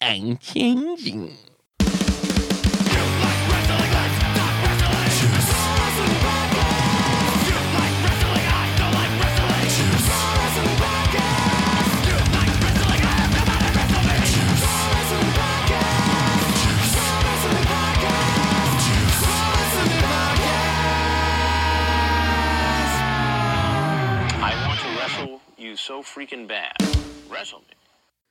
I'm changing. I want to wrestle you so freaking bad. Wrestle me.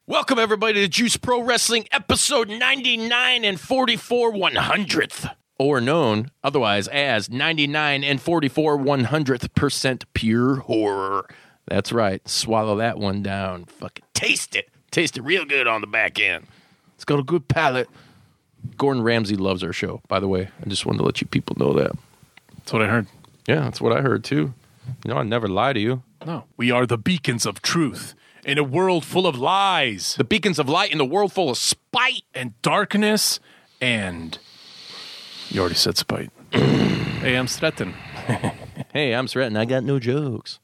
Welcome, everybody, to Juice Pro Wrestling episode 99 and 44 100th, or known otherwise as 99 and 44 100th percent pure horror. That's right. Swallow that one down. Fucking taste it. Taste it real good on the back end. It's got a good palate. Gordon Ramsay loves our show, by the way. I just wanted to let you people know that. That's what I heard. Yeah, that's what I heard too. You know, I never lie to you. No. We are the beacons of truth in a world full of lies The beacons of light in the world full of spite. and darkness and. You already said spite. hey, I'm Stretton. Hey, I'm Sretton. I got no jokes.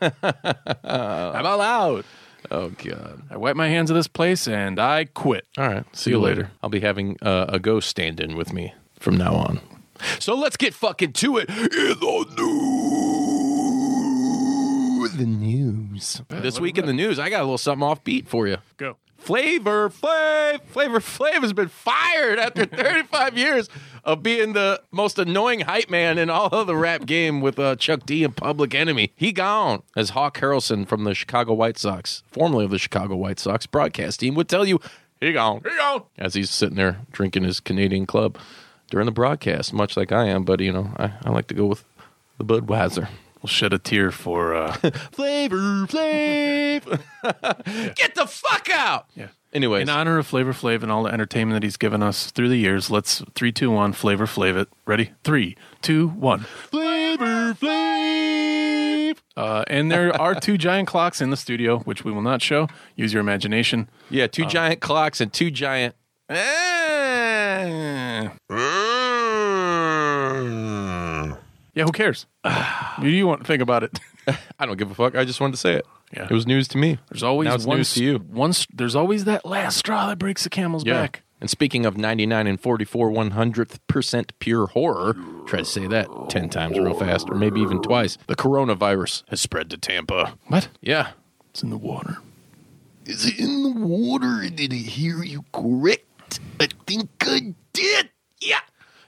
I'm all out. Oh, God. I wipe my hands of this place and I quit. All right. See you later. I'll be having uh, a ghost stand in with me from now on. So let's get fucking to it. In the news. The news. This week in the news, I got a little something offbeat for you. Go. Flavor Flav, Flavor Flav has been fired after 35 years of being the most annoying hype man in all of the rap game with uh, Chuck D and Public Enemy. He gone, as Hawk Harrelson from the Chicago White Sox, formerly of the Chicago White Sox broadcast team, would tell you, he gone, he gone, as he's sitting there drinking his Canadian club during the broadcast, much like I am. But you know, I, I like to go with the Budweiser. We'll shed a tear for. Uh, Flavor Flav, get the fuck out. yeah. Anyways, In honor of Flavor Flav and all the entertainment that he's given us through the years, let's three, two, one, Flavor Flav it. Ready? Three, two, one. Flavor Flav. Uh, and there are two giant clocks in the studio, which we will not show. Use your imagination. Yeah, two giant clocks and two giant. Eh. Yeah, who cares? you, you won't think about it. I don't give a fuck. I just wanted to say it. Yeah. It was news to me. There's always Now it's one news to s- you. One, s- there's always that last straw that breaks the camel's back. And speaking of 99 and 44 100th percent pure horror, try to say that 10 times real fast, or maybe even twice. The coronavirus has spread to Tampa. What? Yeah. It's in the water. Is it in the water? Did I hear you correct? I think I did. Yeah.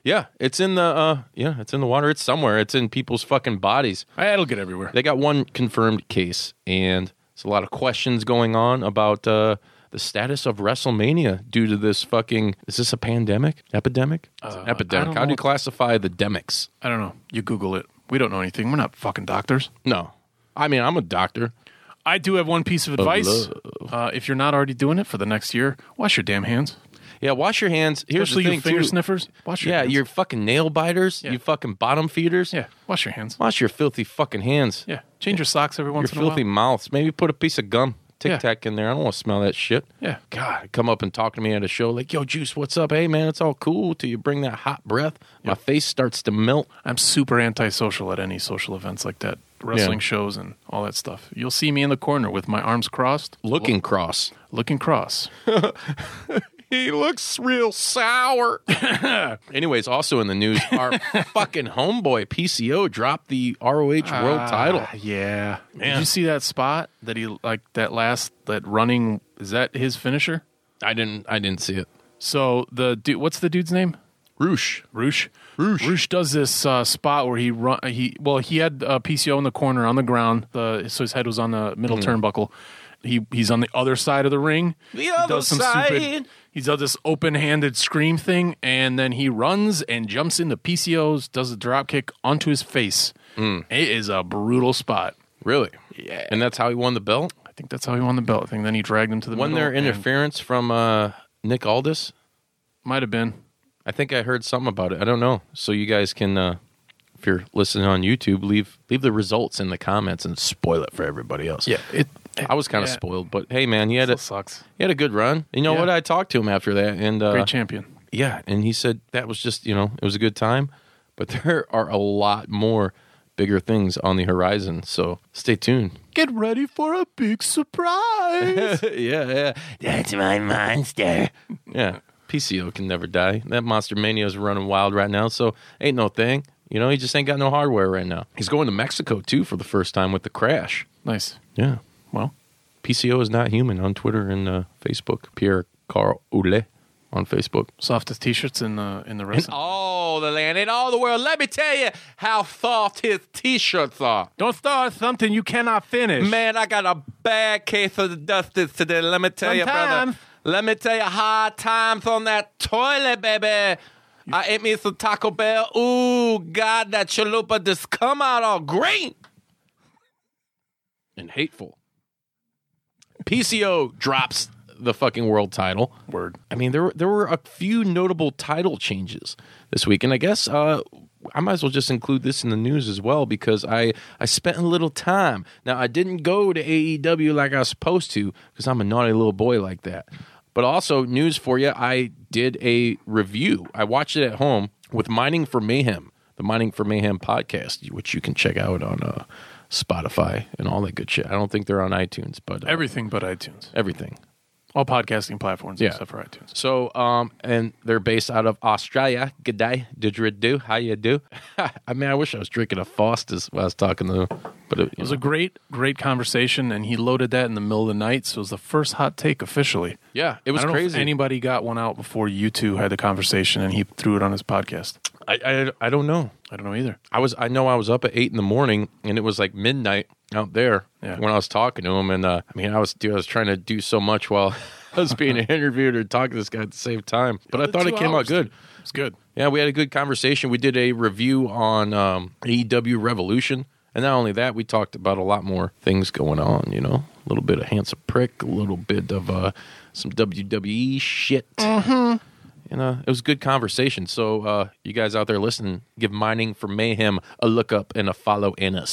Yeah, it's in the uh yeah, it's in the water. It's somewhere. It's in people's fucking bodies. Ah, It'll get everywhere. They got one confirmed case, and there's a lot of questions going on about uh, the status of WrestleMania due to this fucking. Is this a pandemic? Epidemic? It's an Uh, I epidemic. don't How do know. you classify the demics? I don't know. You Google it. We don't know anything. We're not fucking doctors. No. I mean, I'm a doctor. I do have one piece of advice. Uh, if you're not already doing it for the next year, wash your damn hands. Yeah, wash your hands. Here's Especially the you thing, finger too. sniffers. Wash your yeah, hands. you fucking nail biters. Yeah. You fucking bottom feeders. yeah, wash your hands. Wash your filthy fucking hands. Yeah, change your socks every Your once in a filthy while. mouths. Maybe put a piece of gum, Yeah. Tic Tac, in there. I don't want to smell that shit. Yeah. God, come up and talk to me at a show like, yo, Juice, what's up? Hey, man, it's all cool till you bring that hot breath. My face starts to melt. I'm super antisocial at any social events like that, wrestling shows and all that stuff. You'll see me in the corner with my arms crossed, Looking cross. looking cross. He looks real sour. Anyways, also in the news, our fucking homeboy PCO dropped the ROH world title. Ah, Yeah. Man. Did you see that spot that he like that last that running is that his finisher? I didn't. I didn't see it. So the dude, what's the dude's name? Roosh. Roosh. Roosh. does this uh, spot where he run. He well, he had uh, PCO in the corner on the ground. The so his head was on the middle turnbuckle. He he's on the other side of the ring. Hmm. The he other side. he does this open-handed scream thing, and then he runs and jumps into PCO's. Does a drop kick onto his face. Hmm. It is a brutal spot. Really? Yeah. And that's how he won the belt. I think that's how he won the belt. I think then he dragged him to the Won middle their and- interference from uh, Nick Aldis. Might have been. I think I heard something about it. I don't know. So you guys can, uh, if you're listening on YouTube, leave leave the results in the comments and spoil it for everybody else. It, I was kind of Yeah. spoiled, but hey, man, he had a still sucks. he had a good run. You know Yeah. what? I talked to him after that, and uh, Great champion. yeah, and he said that was just you know it was a good time, but there are a lot more bigger things on the horizon. So stay tuned. Get ready for a big surprise. yeah, yeah, that's my monster. yeah, PCO can never die. That monster mania is running wild right now, so ain't no thing. You know, he just ain't got no hardware right now. He's going to Mexico too for the first time with the crash. nice. Yeah, Well, PCO is not human on Twitter and uh, Facebook. Pierre Carl Oulet on Facebook. softest t-shirts in the in the wrestling. All the land in all the world. Let me tell you how soft his t-shirts are. Don't start something you cannot finish. Man, I got a bad case of the dusties today. Let me tell you, brother. Sometimes. Let me tell you, hard times on that toilet, baby. I ate me some Taco Bell. Ooh, God, that chalupa just come out all green and hateful. PCO drops the fucking world title. Word. I mean, there were, there were a few notable title changes this week, and I guess uh, I might as well just include this in the news as well because I I spent a little time. Now I didn't go to AEW like I was supposed to because I'm a naughty little boy like that. But also news for you, I did a review. I watched it at home with Mining for Mayhem, the Mining for Mayhem podcast, which you can check out on uh, Spotify and all that good shit. I don't think they're on iTunes, but uh, Everything but iTunes. everything. All podcasting platforms Yeah. except for iTunes. So, um, and they're based out of Australia. Good day, didgeridoo. How you do? I mean, I wish I was drinking a Foster's while I was talking to them, but it, It was a great, great conversation, and he loaded that in the middle of the night. So it was the first hot take officially. yeah, it was I don't know if crazy. anybody got one out before you two had the conversation, and he threw it on his podcast. I, I I don't know. I don't know either. I was I know I was up at eight in the morning, and it was like midnight out there Yeah. when I was talking to him. And uh, I mean, I was dude, I was trying to do so much while I was being interviewed or talking to this guy at the same time. But I The thought two it came out hours, good. dude. It's good. Yeah, we had a good conversation. We did a review on um, AEW Revolution. And not only that, we talked about a lot more things going on, you know, a little bit of Handsome Prick, a little bit of uh, some WWE shit. Mm-hmm. And uh, it was a good conversation. So, uh, you guys out there listening, give Mining for Mayhem a look up and a follow and a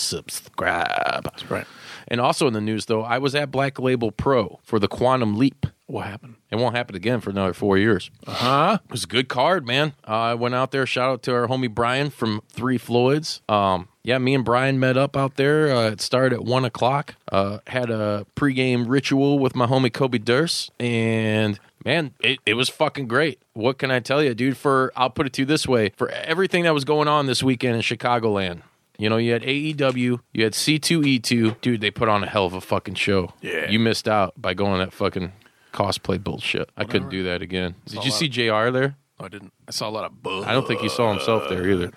subscribe. That's right. And also in the news, though, I was at Black Label Pro for the Quantum Leap. What happened? It won't happen again for another four years. Huh? It was a good card, man. Uh, I went out there. Shout out to our homie Brian from Three Floyds. Um, yeah, me and Brian met up out there. Uh, it started at one o'clock. Uh, had a pregame ritual with my homie Kobe Durst, and man, it, it was fucking great. What can I tell you, dude? For I'll put it to you this way: for everything that was going on this weekend in Chicagoland. You know, you had AEW, you had C2E2. Dude, they put on a hell of a fucking show. Yeah. You missed out by going that fucking cosplay bullshit. I couldn't do that again. Did you see JR there? Oh, I didn't. I saw a lot of bugs. I don't think he saw himself there either.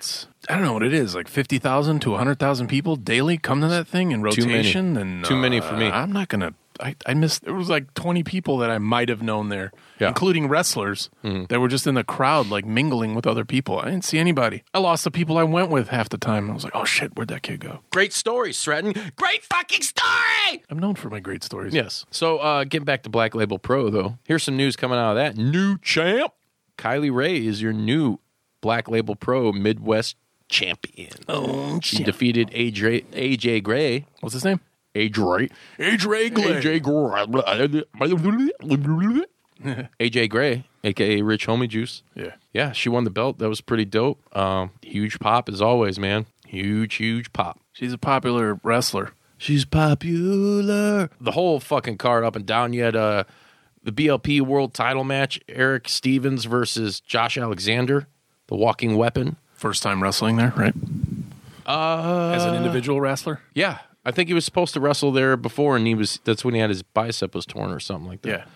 I don't know what it is. Like fifty thousand to hundred thousand people daily come to that thing in many. rotation, and Too many for me. uh, I'm not gonna. I, I missed. There was like twenty people that I might have known there, Yeah. Mm-hmm. including wrestlers that were just in the crowd, like mingling with other people. I didn't see anybody. I lost the people I went with half the time. I was like, oh shit, where'd that kid go? Great story, Sretton. Great fucking story. I'm known for my great stories. Yes. So uh getting back to Black Label Pro though, here's some news coming out of that. New champ. Kylie Ray is your new Black Label Pro Midwest champion. Oh, She shit. defeated AJ AJ Gray. What's his name? AJ AJ AJ Gray. AJ Gray, aka Rich Homie Juice. Yeah. Yeah, she won the belt. That was pretty dope. Um, huge pop as always, man. Huge, huge pop. She's a popular wrestler. She's popular. The whole fucking card up and down. You had uh, the BLP World Title match, Eric Stevens versus Josh Alexander, the Walking Weapon. First time wrestling there, right? Uh, As an individual wrestler? Yeah, I think he was supposed to wrestle there before, and he was. That's when he had his bicep was torn or something like that.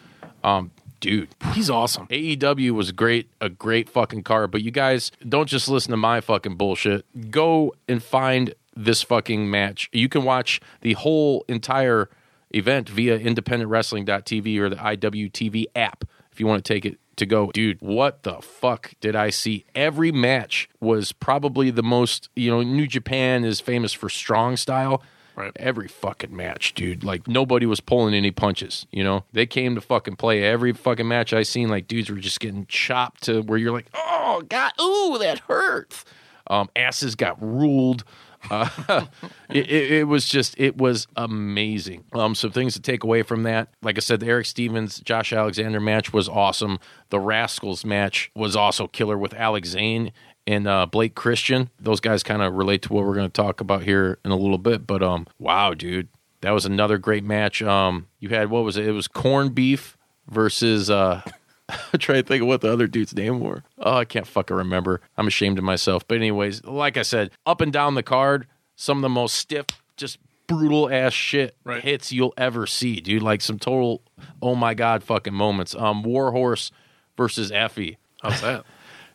Yeah. dude. He's awesome. AEW E was great, a great fucking card, but you guys don't just listen to my fucking bullshit. Go and find this fucking match. You can watch the whole entire event via independentwrestling.tv or the IWTV app if you want to take it to go. Dude, what the fuck did I see? Every match was probably the most, you know, New Japan is famous for strong style. Right. Every fucking match, dude. Like nobody was pulling any punches. You know, they came to fucking play every fucking match I seen. Like dudes were just getting chopped to where you're like, oh god, ooh, that hurts. Um, asses got ruled. Uh, it, it, it was just, it was amazing. Um, some things to take away from that. Like I said, the Eric Stevens, Josh Alexander match was awesome. The Rascals match was also killer with Alex Zane and uh, Blake Christian. Those guys kind of relate to what we're going to talk about here in a little bit. But um, wow, dude, that was another great match. Um, you had what was it? It was corned beef versus uh, I'm trying to think of what the other dude's name were. Oh, I can't fucking remember. I'm ashamed of myself. But anyways, like I said, up and down the card, some of the most stiff, just brutal ass shit Right. hits you'll ever see, dude. Like some total, oh my god, fucking moments. Um, Warhorse versus Effie. How's that?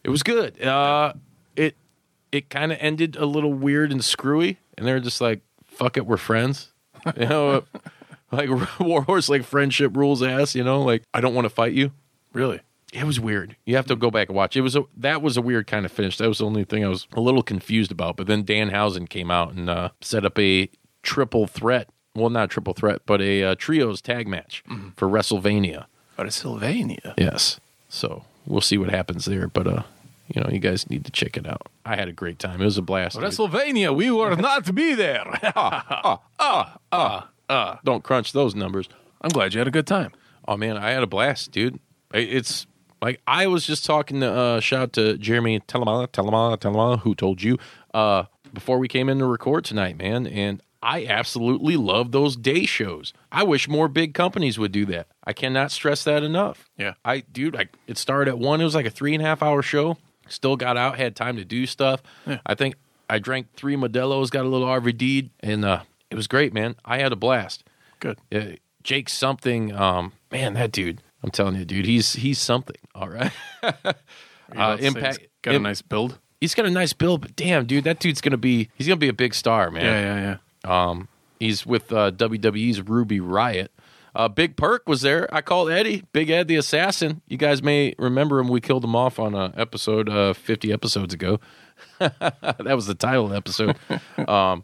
It was good. Uh, it it kind of ended a little weird and screwy, and they're just like, "Fuck it, we're friends." You know, like Warhorse, like friendship rules ass. You know, like I don't want to fight you. really? It was weird. You have to go back and watch. It was a that was a weird kind of finish. That was the only thing I was a little confused about. But then Dan Housen came out and uh, set up a triple threat. Well, not a triple threat, but a uh, trios tag match for WrestleMania. Out of Sylvania. Yes. So we'll see what happens there, but uh, you know, you guys need to check it out. I had a great time. It was a blast. Pennsylvania, we were not be there. Don't crunch those numbers. I'm glad you had a good time. Oh man, I had a blast, dude. I- It's like I was just talking to uh, shout out to Jeremy Telemana, Telemana, Telemana, who told you uh, before we came in to record tonight, man. And I absolutely love those day shows. I wish more big companies would do that. I cannot stress that enough. Yeah. I dude, I, it started at one. It was like a three and a half hour show. Still got out, had time to do stuff. I think I drank three Modelo's, got a little RVD, and uh, it was great, man. I had a blast. Good. Yeah, Jake something. Um, man, that dude. I'm telling you, dude, he's he's something. All right. uh, impact. Got a Im- nice build. He's got a nice build, but damn, dude, that dude's gonna be he's gonna be a big star, man. Yeah, yeah, yeah. He's with uh, WWE's Ruby Riot. Uh, Big Perk was there. I called Eddie, Big Ed the Assassin. You guys may remember him. We killed him off on uh, episode uh, 50 episodes ago. that was the title of the episode. um,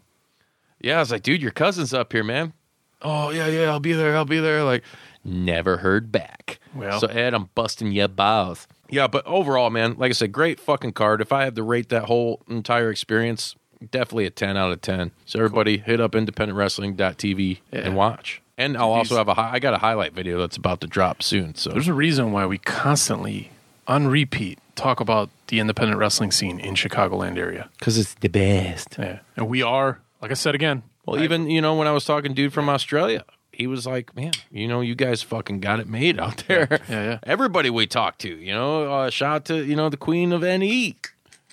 yeah, I was like, dude, your cousin's up here, man. Oh, yeah, yeah, I'll be there. I'll be there. Like, never heard back. Well. so Ed, I'm busting your balls. Yeah, but overall, man, like I said, great fucking card. If I had to rate that whole entire experience, definitely a 10 out of 10. So everybody hit up independentwrestling.tv and watch. And I'll also have a hi- I got a highlight video that's about to drop soon. So There's a reason why we constantly, on repeat, talk about the independent wrestling scene in Chicagoland area. cuz it's the best. Yeah. And we are, like I said again, Well, even you know when I was talking to dude from Australia, he was like, "Man, you know you guys fucking got it made out there." Yeah, yeah. Everybody we talked to, you know, uh, shout out to you know the queen of NE.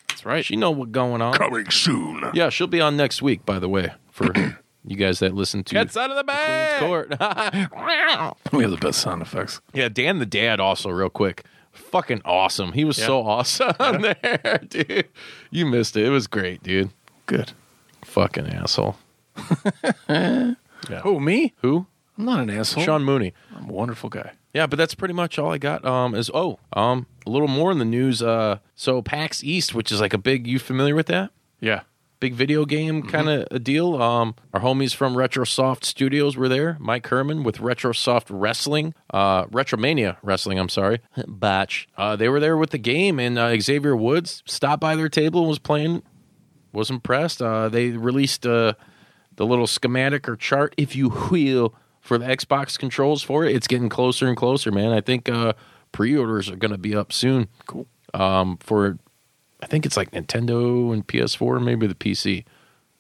That's right. She know what's going on. coming soon. Yeah, she'll be on next week, by the way, for you guys that listen to Cats out of the bag. Court. We have the best sound effects. yeah, Dan the dad also real quick. Fucking awesome. He was so awesome there, dude. You missed it. It was great, dude. Good. Fucking asshole. Oh, me? Oh. Who? I'm not an asshole. Sean Mooney. I'm a wonderful guy. Yeah, but that's pretty much all I got. Um, is oh, um, a little more in the news. Uh, so PAX East, which is like a big. You familiar with that? Yeah. Big video game kind of a deal. Um, our homies from RetroSoft Studios were there. Mike Herman with RetroSoft Wrestling, uh, Retromania Wrestling. I'm sorry, botch. Uh, they were there with the game, and uh, Xavier Woods stopped by their table and was playing. Was impressed. Uh, they released uh, the little schematic or chart, if you will, for the Xbox controls for it. It's getting closer and closer, man. I think uh, pre-orders are going to be up soon. Cool. Um, for I think it's like Nintendo and PS4, maybe the PC.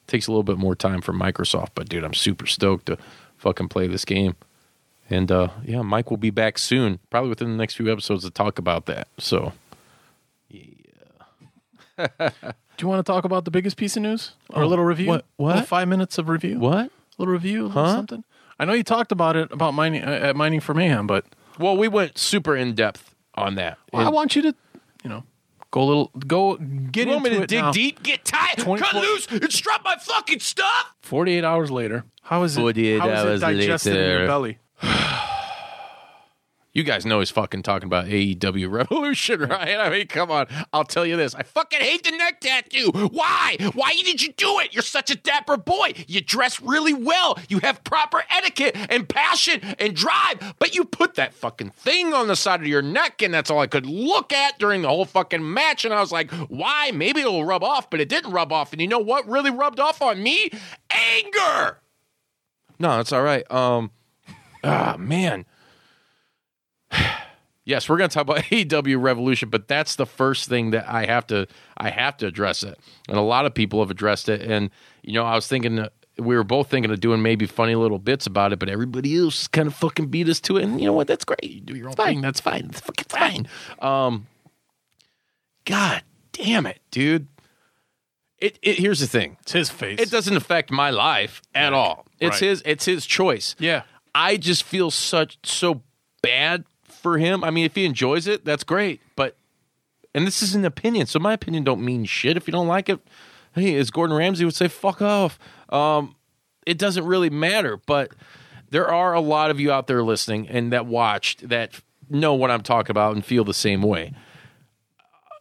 Takes a little bit more time for Microsoft, but dude, I'm super stoked to fucking play this game. And uh, yeah, Mike will be back soon, probably within the next few episodes to talk about that. So Do you want to talk about the biggest piece of news or a little review? Oh, what- what? Little five minutes of review. what? A little review. A little something. I know you talked about it about mining uh, at mining for mayhem, but Well, we went super in depth on that. I And- want you to, you know, go a little go get you want me into to it dig now. deep, get tied, 24 cut loose, and strap my fucking stuff? Forty-eight hours later, how is it? 48 how is hours it digested in later. your belly? You guys know he's fucking talking about AEW Revolution, right? I mean, come on. I'll tell you this. I fucking hate the neck tattoo. Why? Why did you do it? You're such a dapper boy. You dress really well. You have proper etiquette and passion and drive, but you put that fucking thing on the side of your neck, and that's all I could look at during the whole fucking match. And I was like, why? Maybe it'll rub off, but it didn't rub off. And you know what really rubbed off on me? Anger. No, it's all right. Um, ah, man. Yes, we're going to talk about AEW Revolution, but that's the first thing that I have to I have to address it. And a lot of people have addressed it and you know, I was thinking uh, we were both thinking of doing maybe funny little bits about it, but everybody else kind of fucking beat us to it. And you know what? That's great. You do your own thing. That's fine. That's fucking fine. Um God damn it, dude. It, it here's the thing. It's his face. It doesn't affect my life at all. It's Right. his it's his choice. Yeah. I just feel such so bad for him. I mean, if he enjoys it, that's great. But and this is an opinion, so my opinion don't mean shit. If you don't like it, hey, as Gordon Ramsay would say, fuck off. Um, it doesn't really matter, but there are a lot of you out there listening and that watched that know what I'm talking about and feel the same way.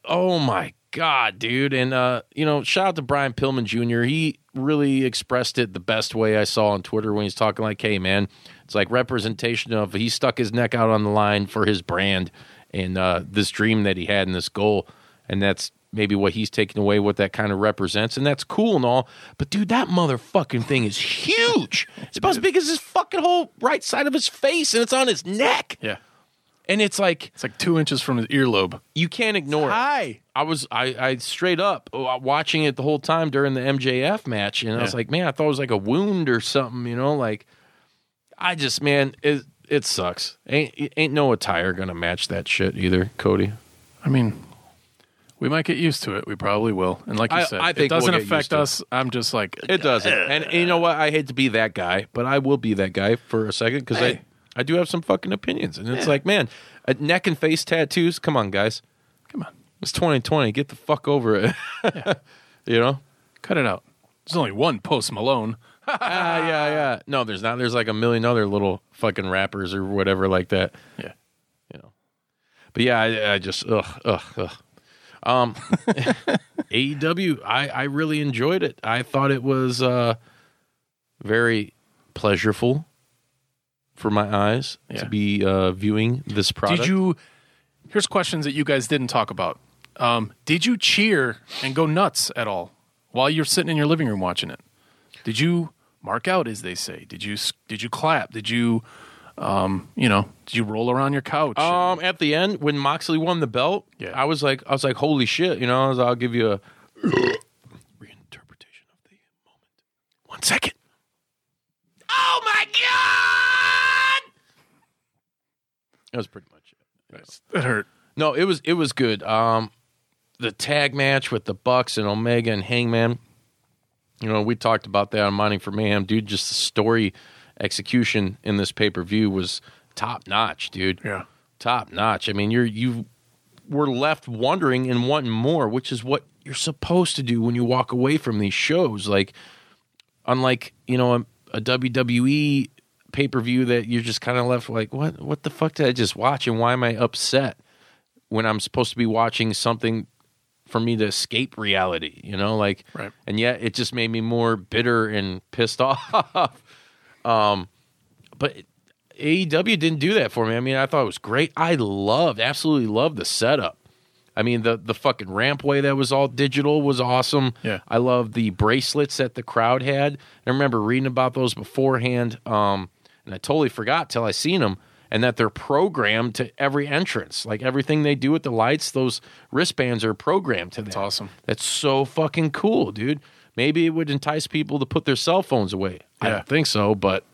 Oh my god, dude! And uh, you know, shout out to Brian Pillman Jr. He really expressed it the best way I saw on Twitter when he's talking like, "Hey, man, it's like representation of he stuck his neck out on the line for his brand and uh, this dream that he had and this goal, and that's." Maybe what he's taking away, what that kind of represents, and that's cool and all. But dude, that motherfucking thing is huge. It's about as big as his fucking whole right side of his face, and it's on his neck. yeah. And it's like It's like two inches from his earlobe. you can't ignore it. Hi. I was I, I straight up uh, watching it the whole time during the MJF match, and I was Yeah. like, man, I thought it was like a wound or something, you know, like I just man, it it sucks. Ain't ain't no attire gonna match that shit either, Cody. I mean, we might get used to it. We probably will. And like you I- said, I think it doesn't we'll get used affect to it. us. I'm just like, It doesn't. And, and you know what? I hate to be that guy, but I will be that guy for a second because Hey. I I do have some fucking opinions, and it's like, man, uh, neck and face tattoos. Come on, guys, come on, it's 2020. Get the fuck over it. you know. cut it out. There's only one Post Malone. Ah, yeah, Um, yeah. No, there's not. There's like a million other little fucking rappers or whatever like that. Yeah. You know. But yeah, I, I just ugh, ugh, ugh. Um, AEW, I I really enjoyed it. I thought it was uh very pleasureful for my eyes Yeah. to be uh viewing this product. Did you? Here's questions that you guys didn't talk about. Um, did you cheer and go nuts at all while you're sitting in your living room watching it? Did you mark out, as they say? Did you s- did you clap? Did you, um, you know, did you roll around your couch? and- Um, at the end when Moxley won the belt, Yeah. I was like, I was like, holy shit, you know. I was, I'll give you a reinterpretation of the moment. One second. Oh my god! That was pretty much it. that hurt. No, it was it was good. Um, the tag match with the Bucks and Omega and Hangman. You know, we talked about that on Mining for Mayhem, dude. Just the story execution in this pay per view was top notch, dude Yeah. top notch. I mean, you're you were left wondering and wanting more, which is what you're supposed to do when you walk away from these shows. Like, unlike you know a, a WWE pay per view that you're just kind of left like, what what the fuck did I just watch, and why am I upset when I'm supposed to be watching something for me to escape reality? You know, like, Right. and yet it just made me more bitter and pissed off. um, but AEW E didn't do that for me. I mean, I thought it was great. I loved, absolutely loved the setup. I mean, the the fucking rampway that was all digital was awesome. Yeah. I loved the bracelets that the crowd had. And I remember reading about those beforehand, um, and I totally forgot till I seen them. And that they're programmed to every entrance, like everything they do with the lights, those wristbands are programmed to that. That's awesome. That's so fucking cool, dude. Maybe it would entice people to put their cell phones away. I Yeah. don't think so, but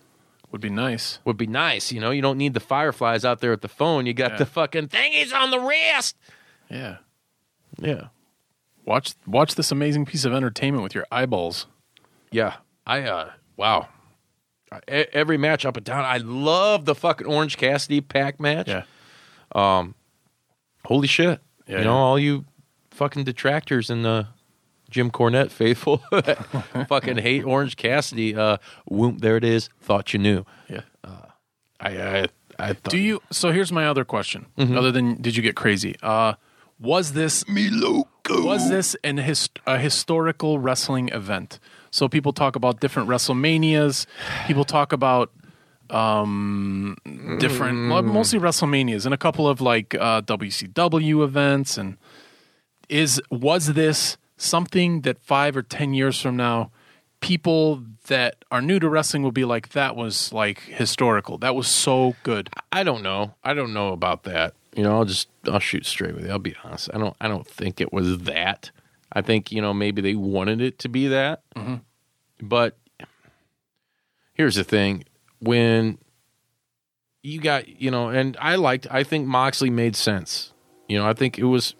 Would be nice. would be nice. You know, you don't need the fireflies out there at the phone. You got Yeah. the fucking thingies on the wrist. Yeah. Yeah. Watch watch this amazing piece of entertainment with your eyeballs. Yeah. I, uh, wow. I- e- Every match up and down. I love the fucking Orange Cassidy pack match. Um, Yeah. Holy shit. Yeah, you know, yeah. all you fucking detractors and the Jim Cornette faithful fucking hate Orange Cassidy. Uh, whoop, there it is. Thought you knew. Yeah. I, I, I thought. Do you? So here's my other question. Other than did you get crazy? Uh, was this me loco? Was this an his, a historical wrestling event? So people talk about different WrestleManias. People talk about um, different, well, mostly WrestleManias, and a couple of like uh, WCW events. And is was this something that five or ten years from now? People that are new to wrestling will be like, that was like historical. That was so good. I don't know. I don't know about that. You know, I'll just I'll shoot straight with you. I'll be honest. I don't I don't think it was that. I think, you know, maybe they wanted it to be that. But here's the thing. When you got, you know, and I liked I think Moxley made sense. You know, I think it was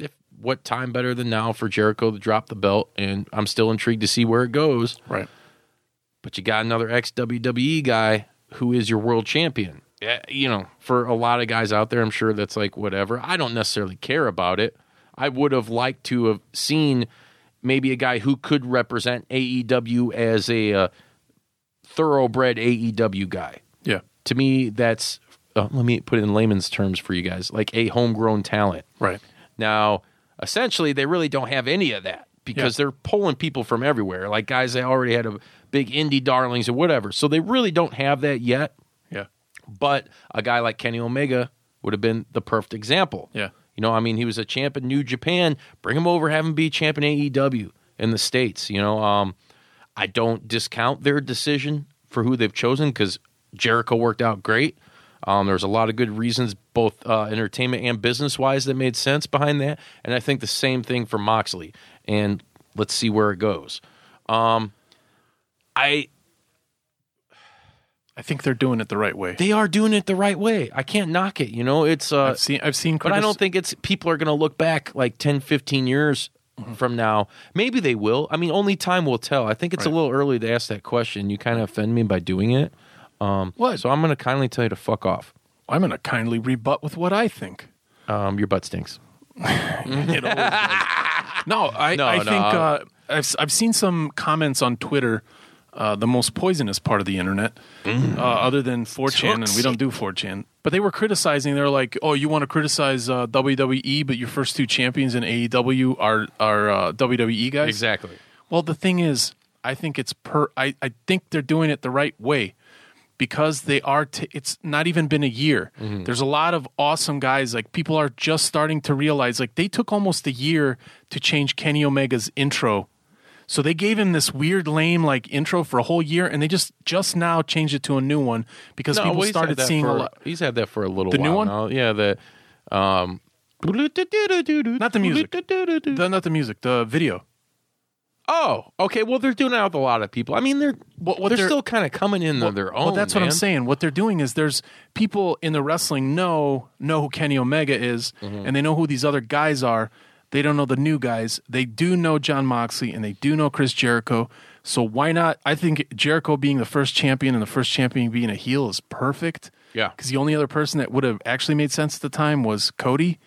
if what time better than now for Jericho to drop the belt and I'm still intrigued to see where it goes Right. but you got another ex WWE guy who is your world champion. Yeah, You know, for a lot of guys out there, I'm sure that's like whatever. I don't necessarily care about it. I would have liked to have seen maybe a guy who could represent AEW as a uh, thoroughbred AEW guy. Yeah. To me, that's uh, let me put it in layman's terms for you guys, like a homegrown talent. Right. Now, essentially, they really don't have any of that because they're pulling people from everywhere, like guys they already had a big indie darlings or whatever. So they really don't have that yet. Yeah. But a guy like Kenny Omega would have been the perfect example. Yeah. You know, I mean, he was a champ in New Japan. Bring him over, have him be champ in AEW in the States. You know, um, I don't discount their decision for who they've chosen because Jericho worked out great. Um, there was a lot of good reasons, both uh, entertainment and business wise, that made sense behind that. And I think the same thing for Moxley. And let's see where it goes. Um, I I think they're doing it the right way. they are doing it the right way. I can't knock it. You know, it's uh, I've seen. I've seen. but I critis- don't think it's people are going to look back like 10, 15 years Mm-hmm. from now. Maybe they will. I mean, only time will tell. I think it's a Right. little early to ask that question. You kind of offend me by doing it. Um, What? So I'm going to kindly tell you to fuck off. I'm going to kindly rebut with what I think. Um, your butt stinks. It always does. No, I. No, I no, think I- uh, I've s- I've seen some comments on Twitter. Uh, the most poisonous part of the internet, Mm. uh, other than 4chan, and we don't do 4chan. But they were criticizing. They're like, "Oh, you want to criticize uh, WWE, but your first two champions in AEW are are uh, WWE guys." Exactly. Well, the thing is, I think it's per. I, I think they're doing it the right way because they are. T- it's not even been a year. Mm-hmm. There's a lot of awesome guys. Like people are just starting to realize. Like they took almost a year to change Kenny Omega's intro. So they gave him this weird, lame like intro for a whole year, and they just just now changed it to a new one because people well, he's had started that seeing for, a lot. He's had that for a little The while. new one? now. Yeah. The um, not Not the music. The, not the music, the video. Oh, okay. Well, they're doing it with a lot of people. I mean, they're What- what they're, they're- still kind of coming in on their own. Well, that's what I'm man. saying. What they're doing is there's people in the wrestling know know who Kenny Omega is, Mm-hmm. and they know who these other guys are. They don't know the new guys. They do know John Moxley and they do know Chris Jericho. So why not? I think Jericho being the first champion and the first champion being a heel is perfect. Yeah. because the only other person that would have actually made sense at the time was Cody,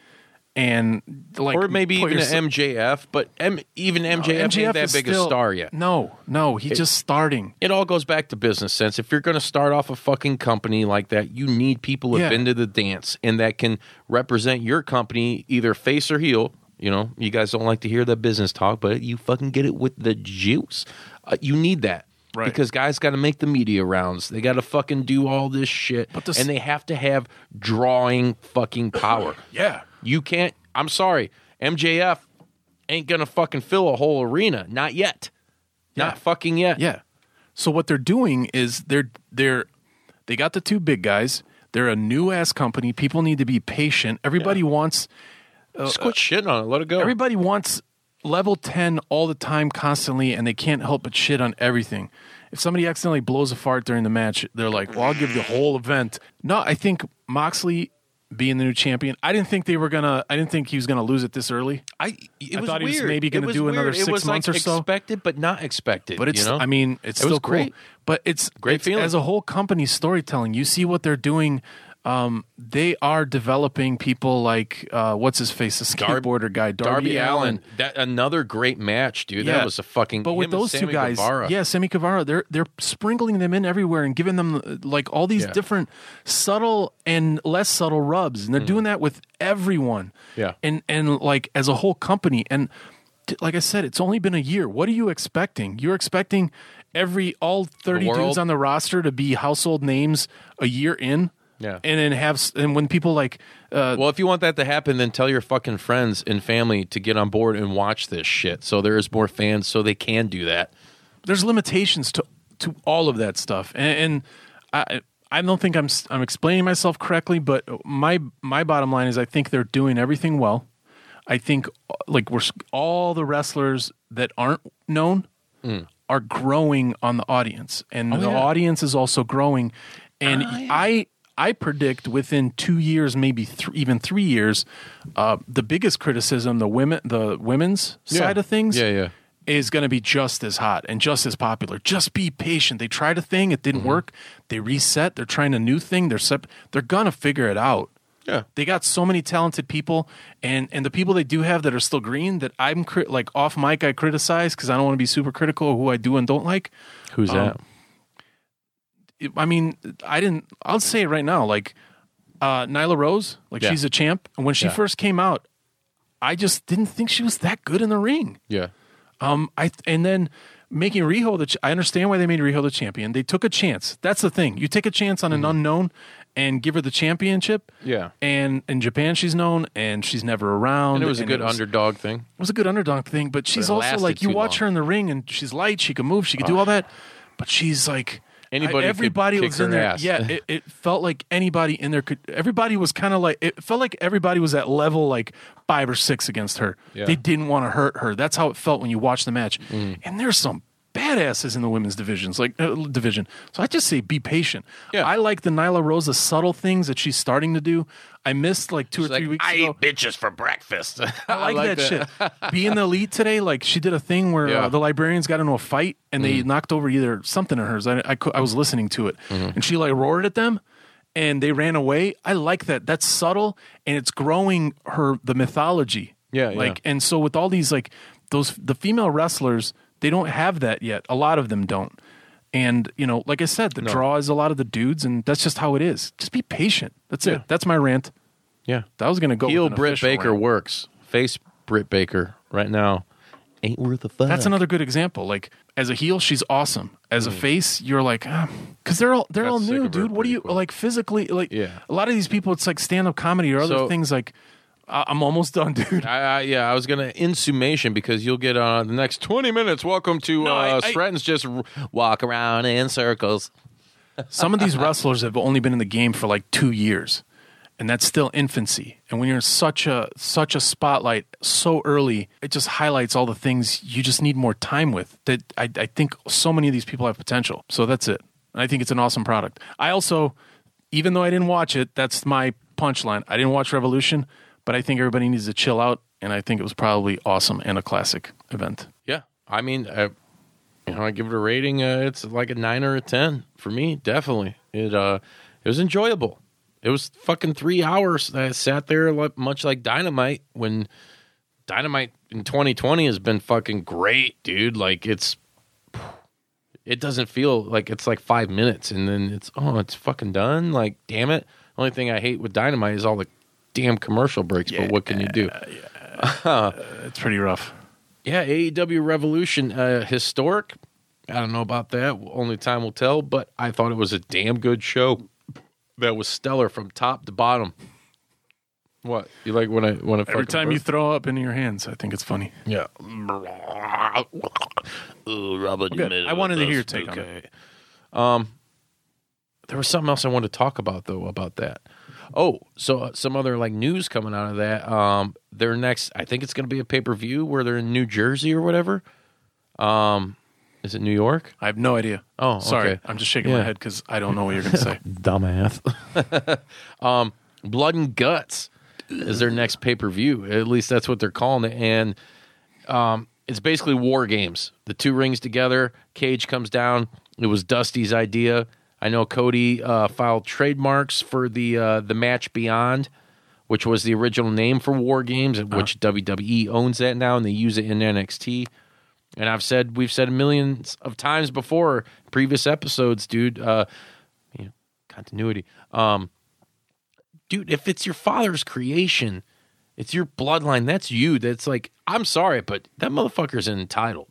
and like or maybe put even yourse- an MJF, but M- even MJF, ain't that is big a still- star yet. No, no, he's just starting. It all goes back to business sense. If you're going to start off a fucking company like that, you need people who've Yeah. been to the dance and that can represent your company either face or heel. You know, you guys don't like to hear that business talk, but you fucking get it with the juice. Uh, you need that. Right. Because guys got to make the media rounds. They got to fucking do all this shit. But this- and they have to have drawing fucking power. Yeah, You can't. I'm sorry. MJF ain't gonna fucking fill a whole arena. Not yet. Yeah. Not fucking yet. Yeah. So what they're doing is they're they're they got the two big guys. They're a new ass company. People need to be patient. Everybody wants Just quit shitting on it. Let it go. everybody wants level 10 all the time constantly and they can't help but shit on everything. If somebody accidentally blows a fart during the match, they're like, well, I'll give the whole event. No, I think Moxley being the new champion, I didn't think they were going to, I didn't think he was going to lose it this early. I, it I was thought he weird. was maybe It gonna was do another weird. six it was months like or so. Expected, but not expected. But it's, you know? I mean, it's It was still cool. great. But it's Great it's- feeling. as a whole company storytelling. You see what they're doing. Um, they are developing people like uh, what's his face, the Darb- skateboarder guy, Darby, Darby Allen. That another great match, dude. That was a fucking. But him with and those two Sammy guys, Guevara. yeah, Sammy Guevara, they're they're sprinkling them in everywhere and giving them uh, like all these Yeah. different subtle and less subtle rubs, and they're doing that with everyone. Mm. Yeah. and and like as a whole company, and t- like I said, it's only been a year. What are you expecting? You're expecting every all thirty world- dudes on the roster to be household names a year in. Yeah. and then have s- and when people like uh, Well, if you want that to happen, then tell your fucking friends and family to get on board and watch this shit. So there is more fans, so they can do that. there's limitations to to all of that stuff, and, and I I don't think I'm s- I'm explaining myself correctly, but my my bottom line is I think they're doing everything well. I think uh, like we're s- all the wrestlers that aren't known are growing on the audience, and the audience is also growing, and I. I predict within two years, maybe th- even three years, uh, the biggest criticism the women, the women's side of things, Yeah, yeah. is going to be just as hot and just as popular. Just be patient. They tried a thing, it Mm-hmm. didn't work. They reset. They're trying a new thing. They're sep- they're going to figure it out. Yeah. They got so many talented people and and the people they do have that are still green that I'm cri- like off mic I criticize cuz I don't want to be super critical of who I do and don't like. Who's that? It- I mean, I didn't I'll say it right now like uh Nyla Rose, like Yeah. she's a champ and when she Yeah. first came out I just didn't think she was that good in the ring. Yeah. Um, I and then making Riho the ch- I understand why they made Riho the champion. They took a chance. That's the thing. You take a chance on an unknown and give her the championship. Mm-hmm. Yeah. And in Japan, she's known and she's never around. And it was a good under underdog thing. it was a good underdog thing, but she's it also lasted like you too watch long. her in the ring and she's light, she can move, she can do all that, but she's like Anybody could everybody kick was in her there. ass. Yeah, it, it felt like anybody in there could. Everybody was kind of like it felt like everybody was at level like five or six against her. Yeah. Mm. They didn't want to hurt her. That's how it felt when you watch the match. And there's some badasses in the women's divisions, like uh, division. So I just say be patient. Yeah. I like the Nyla Rosa subtle things that she's starting to do. I missed like two or three Like, weeks I ago. eat bitches for breakfast. I like, that, shit. Being the elite today, like she did a thing where Yeah. Mm-hmm. uh, the librarians got into a fight and they knocked over either something of hers. I, I, cou- I was listening to it Mm-hmm. and she like roared at them and they ran away. I like that. That's subtle and it's growing her the mythology. Yeah, yeah. Like and so with all these like those the female wrestlers, they don't have that yet. A lot of them don't. And you know, like I said, the draw is a lot of the dudes, and that's just how it is. Just be patient. That's it. That's my rant. Yeah. That was gonna go. Heel with an Britt official Baker rant. works. Face Britt Baker right now. Ain't worth a fuck. Hmm. That's another good example. Like as a heel, she's awesome. As a face, you're like, because they're all they're Got all sick new, of her dude. What pretty do you quick. like physically? Like Yeah. a lot of these people, it's like stand up comedy or other So- things. Like I- I'm almost done, dude. I, I, yeah, I was gonna in summation because you'll get uh, the next twenty minutes. Welcome to No, I- uh, I- Stratton's just r- walk around in circles. Some of these wrestlers have only been in the game for like two years, and that's still infancy. And when you're in such a such a spotlight so early, it just highlights all the things you just need more time with. That I, I think so many of these people have potential. So that's it. And I think it's an awesome product. I also, even though I didn't watch it, that's my punchline. I didn't watch Revolution, but I think everybody needs to chill out. And I think it was probably awesome and a classic event. Yeah, I mean, I, you know, I give it a rating. Uh, it's like a nine or a ten for me. Definitely, it uh, it was enjoyable. It was fucking three hours. that I sat there like, much like Dynamite when Dynamite in 2020 has been fucking great, dude. Like it's. It doesn't feel like it's like five minutes and then it's oh it's fucking done. Like damn it. Only thing I hate with dynamite is all the damn commercial breaks, but what can you do? It's pretty rough. Yeah, AEW Revolution, uh, historic. I don't know about that. Only time will tell. But I thought it was a damn good show. That was stellar from top to bottom. What you like when I when I Every fucking time you burp? throw up into your hands, I think it's funny. yeah. Ooh, Robert, Good. I wanted to hear your take on it. Um, There was something else I wanted to talk about though about that. Oh, so uh, some other like news coming out of that. Um, their next, I think it's going to be a pay per view where they're in New Jersey or whatever. Um, Is it New York? I have no idea. Oh, sorry. okay. I'm just shaking Yeah. my head because I don't know what you're going to say. Dumbass. um, Blood and Guts is their next pay per view. At least that's what they're calling it. And um, it's basically war games. The two rings together, Cage comes down. It was Dusty's idea. I know Cody uh, filed trademarks for the uh, the match Beyond, which was the original name for War Games, and which WWE owns that now, and they use it in NXT. And I've said we've said millions of times before previous episodes, dude. Uh, you know, continuity. Um, dude, if it's your father's creation, it's your bloodline. That's you. That's like, I'm sorry, but that motherfucker's entitled.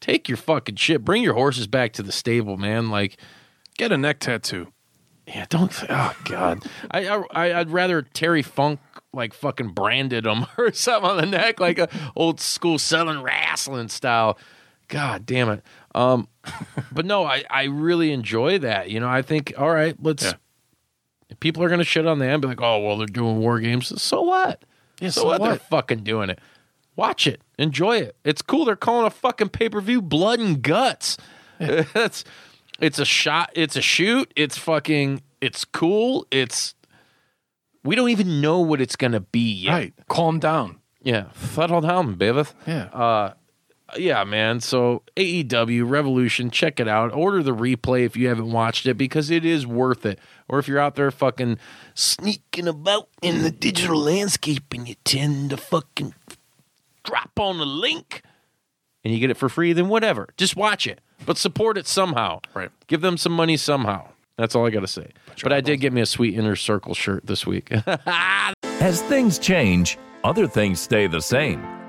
Take your fucking shit. Bring your horses back to the stable, man. Like, Get a neck tattoo. yeah, don't. Oh God, I, I I'd rather Terry Funk like fucking branded him or something on the neck, like a old school Southern wrestling style. God damn it. Um, but no, I I really enjoy that. You know, I think all right, let's. Yeah. People are gonna shit on them, be like, oh well, they're doing war games. So what? Yeah, so, so what? They're what? fucking doing it. Watch it, enjoy it. It's cool. They're calling a fucking pay per view blood and guts. That's it's a shot. It's a shoot. It's fucking. It's cool. It's we don't even know what it's gonna be yet. Right. Calm down. Uh, Yeah. Settle down, baby. Yeah. Yeah, man. So AEW Revolution, check it out. Order the replay if you haven't watched it because it is worth it. Or if you're out there fucking sneaking about in the digital landscape and you tend to fucking drop on the link and you get it for free, then whatever. Just watch it, but support it somehow. Right. Give them some money somehow. That's all I got to say. But I did get me a sweet inner circle shirt this week. As things change, other things stay the same,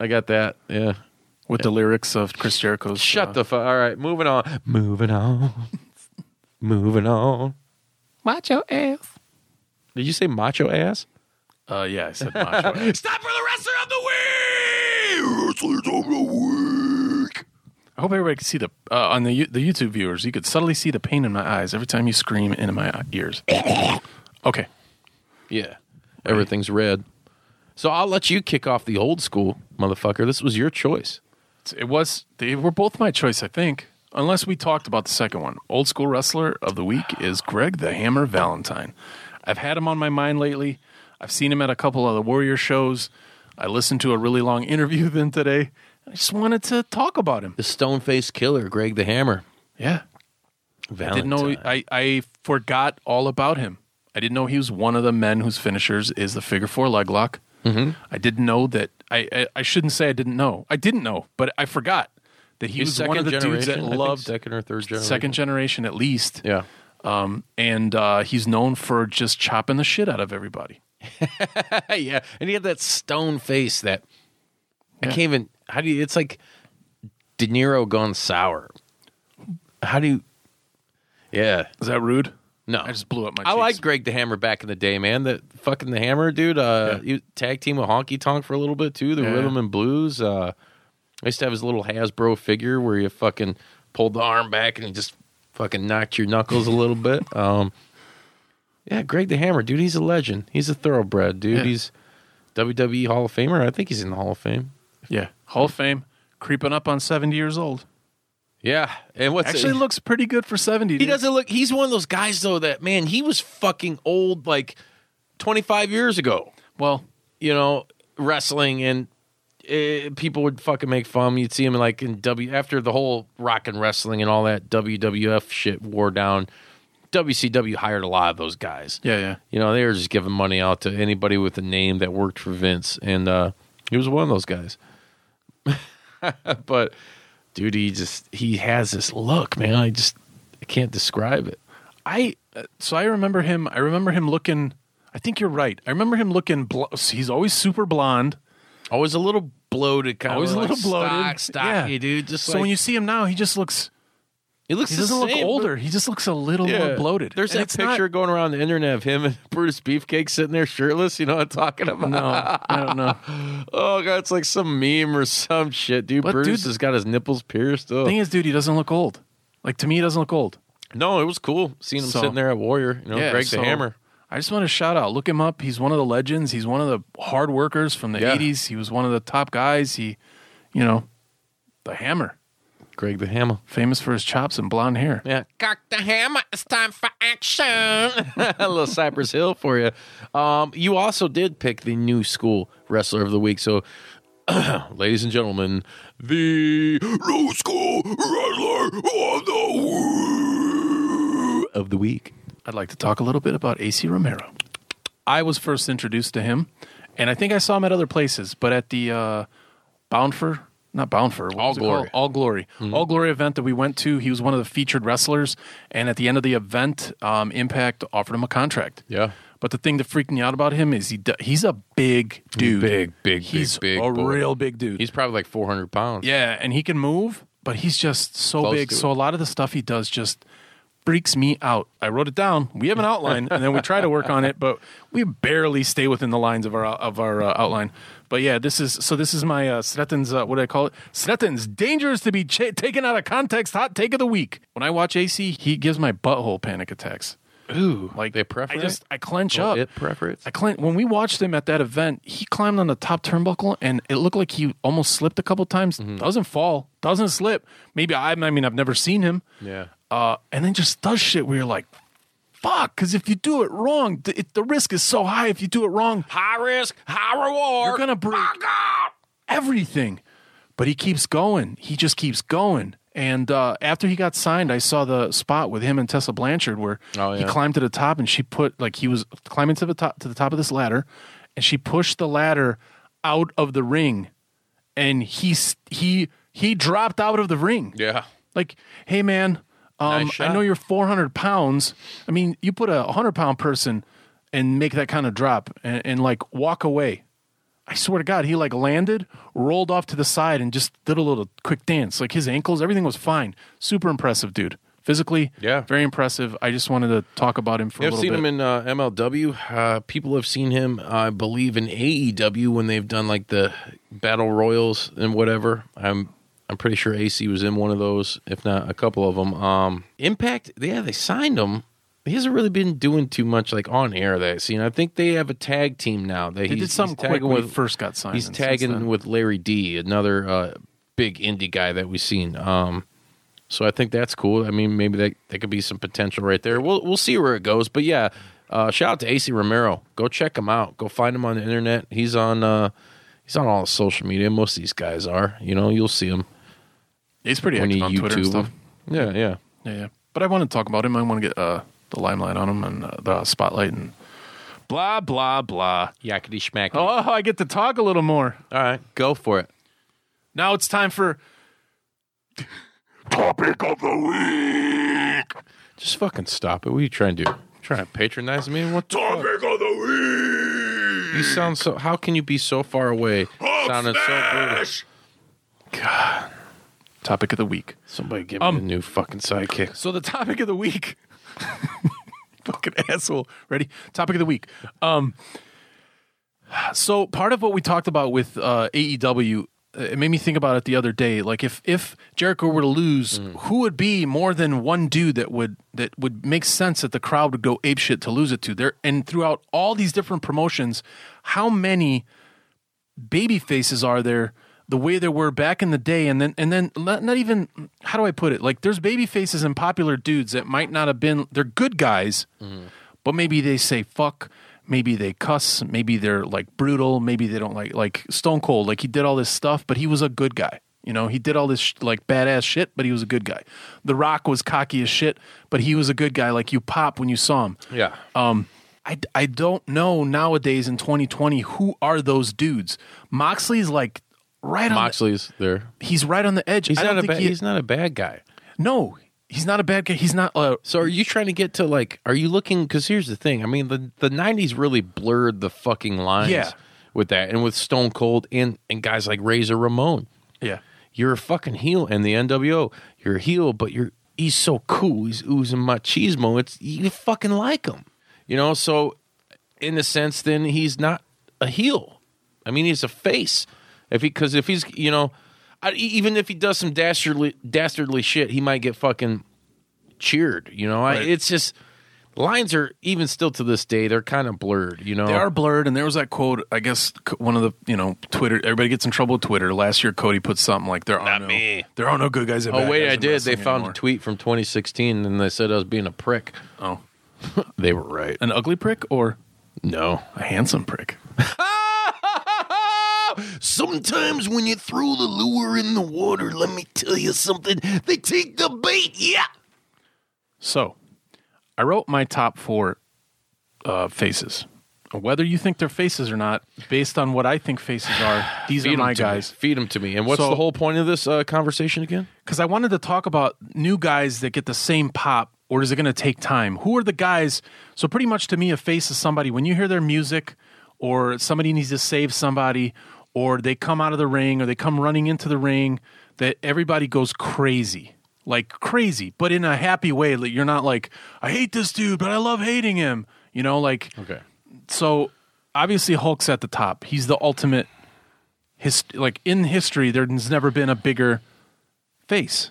I got that. Yeah. With the lyrics of Chris Jericho's. uh, Shut the fuck. All right, moving on. Moving on. moving on. Macho ass. Did you say macho ass? the. Uh, yeah, I said macho. It's time for the wrestler of the week. of the week. I hope everybody can see the uh, on the you- the YouTube viewers. You could subtly see the pain in my eyes every time you scream into my eye- ears. okay. Yeah, everything's red. So I'll let you kick off the old school, motherfucker. This was your choice. It was they were both my choice, I think. Unless we talked about the second one. Old school wrestler of the week is Greg the Hammer Valentine. I've had him on my mind lately. I've seen him at a couple of the Warrior shows. I listened to a really long interview with him today. I just wanted to talk about him. The stone faced killer, Greg the Hammer. Yeah. I Valentine. didn't know I, I forgot all about him. I didn't know he was one of the men whose finishers is the figure four leg lock. Mm-hmm. I didn't know that. I, I I shouldn't say I didn't know. I didn't know, but I forgot that he He's was one of the dudes that I think loved second or third generation. second generation at least. Yeah. Um, and uh, he's known for just chopping the shit out of everybody. yeah, and he had that stone face that I Yeah. can't even. How do you? It's like De Niro gone sour. How do you? Yeah, Is that rude? no. I just blew up my. I cheeks. liked Greg the Hammer back in the day, man. The fucking the Hammer dude. Uh, he tag team with Honky Tonk for a little bit too. The Yeah. Rhythm and Blues. Uh, I used to have his little Hasbro figure where you fucking pulled the arm back and he just fucking knocked your knuckles a little bit. Um, yeah, Greg the Hammer, dude. He's a legend. He's a thoroughbred, dude. Yeah. He's WWE Hall of Famer. I think he's in the Hall of Fame. Yeah, Hall of Fame, creeping up on seventy years old. Yeah, and what's Actually, looks pretty good for seventy. He dude. doesn't look. He's one of those guys though that man. He was fucking old like twenty five years ago. Well, you know, wrestling and eh, people would fucking make fun. You'd see him like in W after the whole rock and wrestling and all that WWF shit wore down. WCW hired a lot of those guys. Yeah, yeah. You know, they were just giving money out to anybody with a name that worked for Vince, and uh, he was one of those guys. but dude, he just he has this look, man. I just I can't describe it. I uh, so I remember him. I remember him looking. I think you're right. I remember him looking. Bl- he's always super blond. Always a little bloated, kind Always of a little like bloated. stock, stocky, Yeah. dude. Just so like, when you see him now, he just looks. it looks He the doesn't look same, older. He just looks a little but- more bloated. There's And that it's not- picture going around the internet of him and Brutus Beefcake sitting there shirtless. You know what I'm talking about? no, I don't know. Oh god, it's like some meme or some shit, dude. But, Brutus dude, has got his nipples pierced. Oh. Thing is, dude, he doesn't look old. Like to me, he doesn't look old. No, it was cool seeing him So- sitting there at Warrior. You know, Greg so the Hammer. I just want to shout out. Look him up. He's one of the legends. He's one of the hard workers from the Yeah. 80s. He was one of the top guys. He, you know, the hammer, Greg the Hammer. famous for his chops and blonde hair. Yeah. Cock the hammer. It's time for action. a little Cypress Hill for you. Um, you also did pick the new school wrestler of the week. So, ladies and gentlemen, the new school wrestler of the week. Of the week. I'd like to talk a little bit about AC Romero. I was first introduced to him, and I think I saw him at other places, but at the uh, Bound for, not Bound for, what All was it Glory. Mm-hmm. called? All Glory, All Glory event that we went to. He was one of the featured wrestlers, and at the end of the event, um, Impact offered him a contract. Yeah. But the thing that freaked me out about him is he d- he's a big dude, Big, big, he's big, big a boy. real big dude. He's probably like 400 pounds. Yeah, and he can move, but he's just so Close big. to So it. a lot of the stuff he does just freaks me out. I wrote it down. We have an outline, and then we try to work on it, but we barely stay within the lines of our of our uh, outline. But yeah, this is so. This is my uh, Sretten's. Uh, what do I call it? Sretten's dangerous to be ch- taken out of context. Hot take of the week. When I watch AC, he gives my butthole panic attacks. Ooh, like they prefer I it? just I clench Well, up. it preferates. I climbed when we watched him at that event. He climbed on the top turnbuckle, and it looked like he almost slipped a couple times. Mm-hmm. Doesn't fall, doesn't slip. Maybe I, I mean I've never seen him. Yeah. Uh, and then just does shit where you're like, fuck, because if you do it wrong, the, it, the risk is so high. If you do it wrong, High risk, high reward. you're gonna break everything. But he keeps going. He just keeps going. And uh, after he got signed, I saw the spot with him and Tessa Blanchard where Oh, he yeah. climbed to the top, and she put like he was climbing to the top to the top of this ladder, and she pushed the ladder out of the ring, and he s- he he dropped out of the ring. Yeah. Like, hey man, um, Nice I know shot. you're 400 pounds. I mean, you put a 100 pound person and make that kind of drop and, and like walk away. I swear to God, he like landed, rolled off to the side, and just did a little quick dance. Like his ankles, everything was fine. Super impressive, dude. Physically, Yeah. very impressive. I just wanted to talk about him for a I've little seen bit. him in uh, MLW. Uh, people have seen him, I believe, in AEW when they've done like the battle royals and whatever. I'm I'm pretty sure AC was in one of those, if not a couple of them. Um, Impact, yeah, they signed him. He hasn't really been doing too much like on air that I've seen. I think they have a tag team now. That he he's- did something he's quick tagging when he with- first got signed. He's and since then- tagging with Larry D, another uh, big indie guy that we've seen. Um, so I think that's cool. I mean, maybe that that could be some potential right there. We'll we'll see where it goes. But yeah, uh, shout out to AC Romero. Go check him out. Go find him on the internet. He's on uh, he's on all social media. Most of these guys are. You know, you'll see him He's pretty when active you on Twitter and YouTube stuff. him. Yeah, yeah. Yeah, yeah. But I want to talk about him. I want to get uh, the limelight on him and uh, the spotlight and blah blah blah. Yakety schmackety. All Oh, I get to talk a little more. right, go for it. Now it's time for Just fucking stop it. What are you trying to do? Trying to patronize me? What topic of the week? You sound so. How can you be so far away? Sounding so brutal. topic of the week. Somebody give me a new fucking sidekick. So the topic of the week, fucking asshole. Ready? Topic of the week. Um, so part of what we talked about with uh, AEW, uh, it made me think about it the other day. Like if if Jericho were to lose, who would be more than one dude that would that would make sense that the crowd would go apeshit to lose it to? There and throughout all these different promotions, how many? baby faces are there the way there were back in the day and then and then not, not even how do i put it like there's baby faces and popular dudes that might not have been they're good guys but maybe they say fuck Maybe they cuss. Maybe they're like brutal. Maybe they don't like like Stone Cold. Like he did all this stuff, but he was a good guy. You know, he did all this sh- like badass shit, but he was a good guy. The Rock was cocky as shit, but he was a good guy. Like you pop when you saw him. Yeah. Um, I, I don't know nowadays in 2020 who are those dudes. Moxley's like right on. Moxley's there. The, he's right on the edge. He's I not don't a think bad. he- he's not a bad guy. no, he's not a bad guy. He's not. Uh, So are you trying to get to like? Are you looking? Because here's the thing. I mean, the the '90s really blurred the fucking lines. Yeah. With that, and with Stone Cold and and guys like Razor Ramon, yeah. you're a fucking heel, and the NWO, you're a heel, but you're he's so cool. He's oozing machismo. It's you fucking like him, you know. So in a sense, then he's not a heel. I mean, he's a face. If he because if he's you know, I, e, even if he does some dastardly dastardly shit, he might get fucking cheered. You know, I, Right. it's just lines are even still to this day they're kind of blurred. You know, They are blurred, and there was that quote. I guess c- one of the you know Twitter. Everybody gets in trouble with Twitter. Last year, Cody put something like there are Not no me. there are no good guys. and Oh bad wait, guys I in did. They wrestling found anymore." a tweet from 2016, and they said I was being a prick. Oh, They were right. an ugly prick or No, a handsome prick. Sometimes when you throw the lure in the water, let me tell you something, they take the bait, yeah. So, I wrote my top four uh, faces. Whether you think they're faces or not, based on what I think faces are, these are my guys. Feed them to me. And what's So- the whole point of this uh, conversation again? Because I wanted to talk about new guys that get the same pop, or is it going to take time? Who are the guys? So, pretty much to me, a face is somebody when you hear their music, or somebody needs to save somebody, or they come out of the ring, or they come running into the ring, that everybody goes crazy. Like crazy, but in a happy way. Like, You're not like, I hate this dude, but I love hating him. You know, like, Okay. so obviously Hulk's at the top. He's the ultimate. His like in history, there's never been a bigger face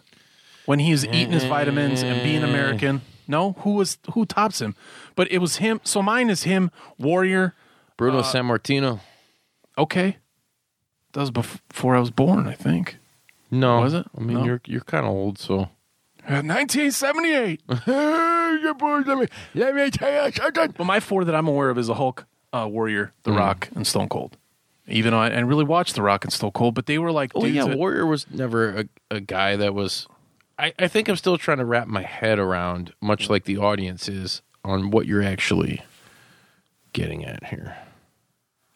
when he's eating his vitamins and being Mm-hmm. American. No, who was who tops him? But it was him. So mine is him, Warrior. Bruno Uh, San Martino. Okay, that was bef- before I was born, I think. No. was it? I mean, No. you're you're kind of old, so. Uh, 1978. let me let me tell you something. But my four that I'm aware of is a Hulk, uh, Warrior, Mm. The Rock, and Stone Cold. Even though I, I really watched The Rock and Stone Cold, but they were like, Oh dudes yeah, that- Warrior was never a, a guy that was. I, I think I'm still trying to wrap my head around, much like the audience is, on what you're actually getting at here.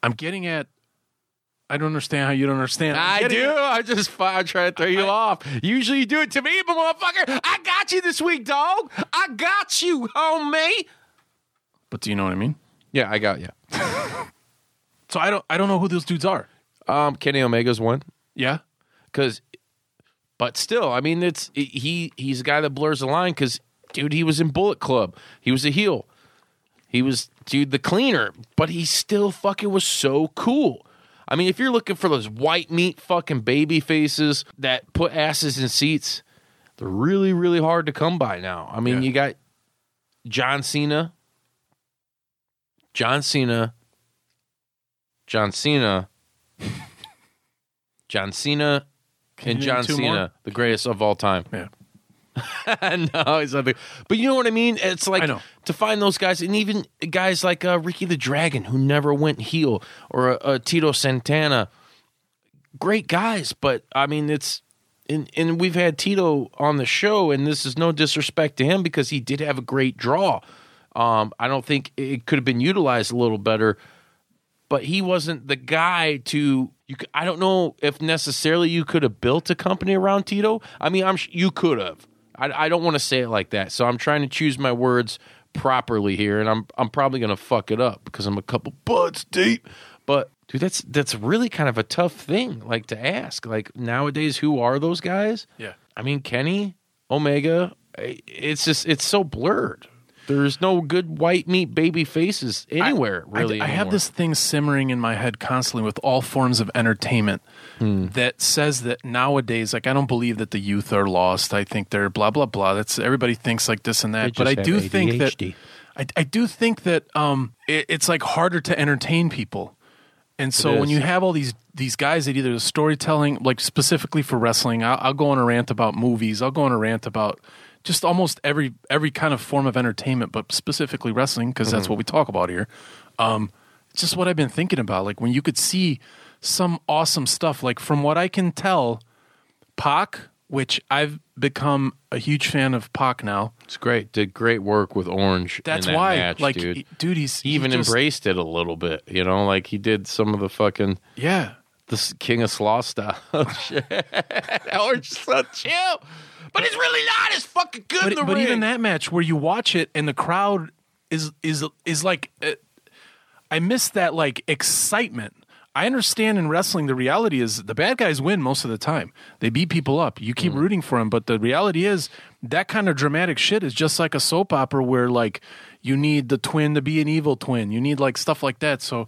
I'm getting at. I don't understand how you don't understand. I'm I getting do. at- I just fi- I try to throw you off. Usually you do it to me, but motherfucker, I got you this week, dog. I got you, homie. but do you know what I mean? Yeah, I got you. So I don't. I don't know who those dudes are. Um, Kenny Omega's one Yeah. because, but still, I mean, it's he. He's a guy that blurs the line because, dude, he was in Bullet Club. He was a heel. He was dude the cleaner, but he still fucking was so cool. I mean, if you're looking for those white meat fucking baby faces that put asses in seats, they're really really hard to come by now. I mean, Yeah. you got John Cena, John Cena, John Cena, John Cena, and you name John two Cena, more? the greatest of all time. Yeah. no, he's not big. But you know what I mean? It's like I know. to find those guys, and even guys like uh, Ricky the Dragon, who never went heel, or uh, uh, Tito Santana. Great guys, but I mean, it's. And, and we've had Tito on the show, and this is no disrespect to him because he did have a great draw. Um, I don't think it could have been utilized a little better, but he wasn't the guy to you c- I don't know if necessarily you could have built a company around Tito. I mean, I'm sh- you could have. I, I don't want to say it like that. So I'm trying to choose my words properly here and I'm I'm probably going to fuck it up because I'm a couple butts deep. But dude, that's that's really kind of a tough thing like to ask. Like nowadays who are those guys? Yeah. I mean, Kenny, Omega, I- it's just it's so blurred. There's no good white meat baby faces anywhere I- really. I, have anymore. this thing simmering in my head constantly with all forms of entertainment Hmm. that says that nowadays, like, I don't believe that the youth are lost. I think they're blah blah blah. That's everybody thinks like this and that. They but I just do have think that ADHD. I, I do think that um, it, it's like harder to entertain people. And so when is. you have all these these guys that either the storytelling, like specifically for wrestling, I'll, I'll go on a rant about movies. I'll go on a rant about just almost every every kind of form of entertainment, but specifically wrestling because Mm-hmm. that's what we talk about here. Um, it's just what I've been thinking about. Like when you could see some awesome stuff. Like from what I can tell, Pac, which I've become a huge fan of Pac now. It's great. Did great work with Orange. in That's that why, match, like, dude, he- dude, he's he even he just- embraced it a little bit. You know, like he did some of the fucking Yeah, the s- King of Slaw style shit. Orange is so chill, but he's really not. He's fucking good in but, the but ring. even that match where you watch it and the crowd is is is like uh, i miss that like excitement i understand in wrestling the reality is the bad guys win most of the time they beat people up you Mm. keep rooting for them but the reality is that kind of dramatic shit is just like a soap opera where like you need the twin to be an evil twin you need like stuff like that so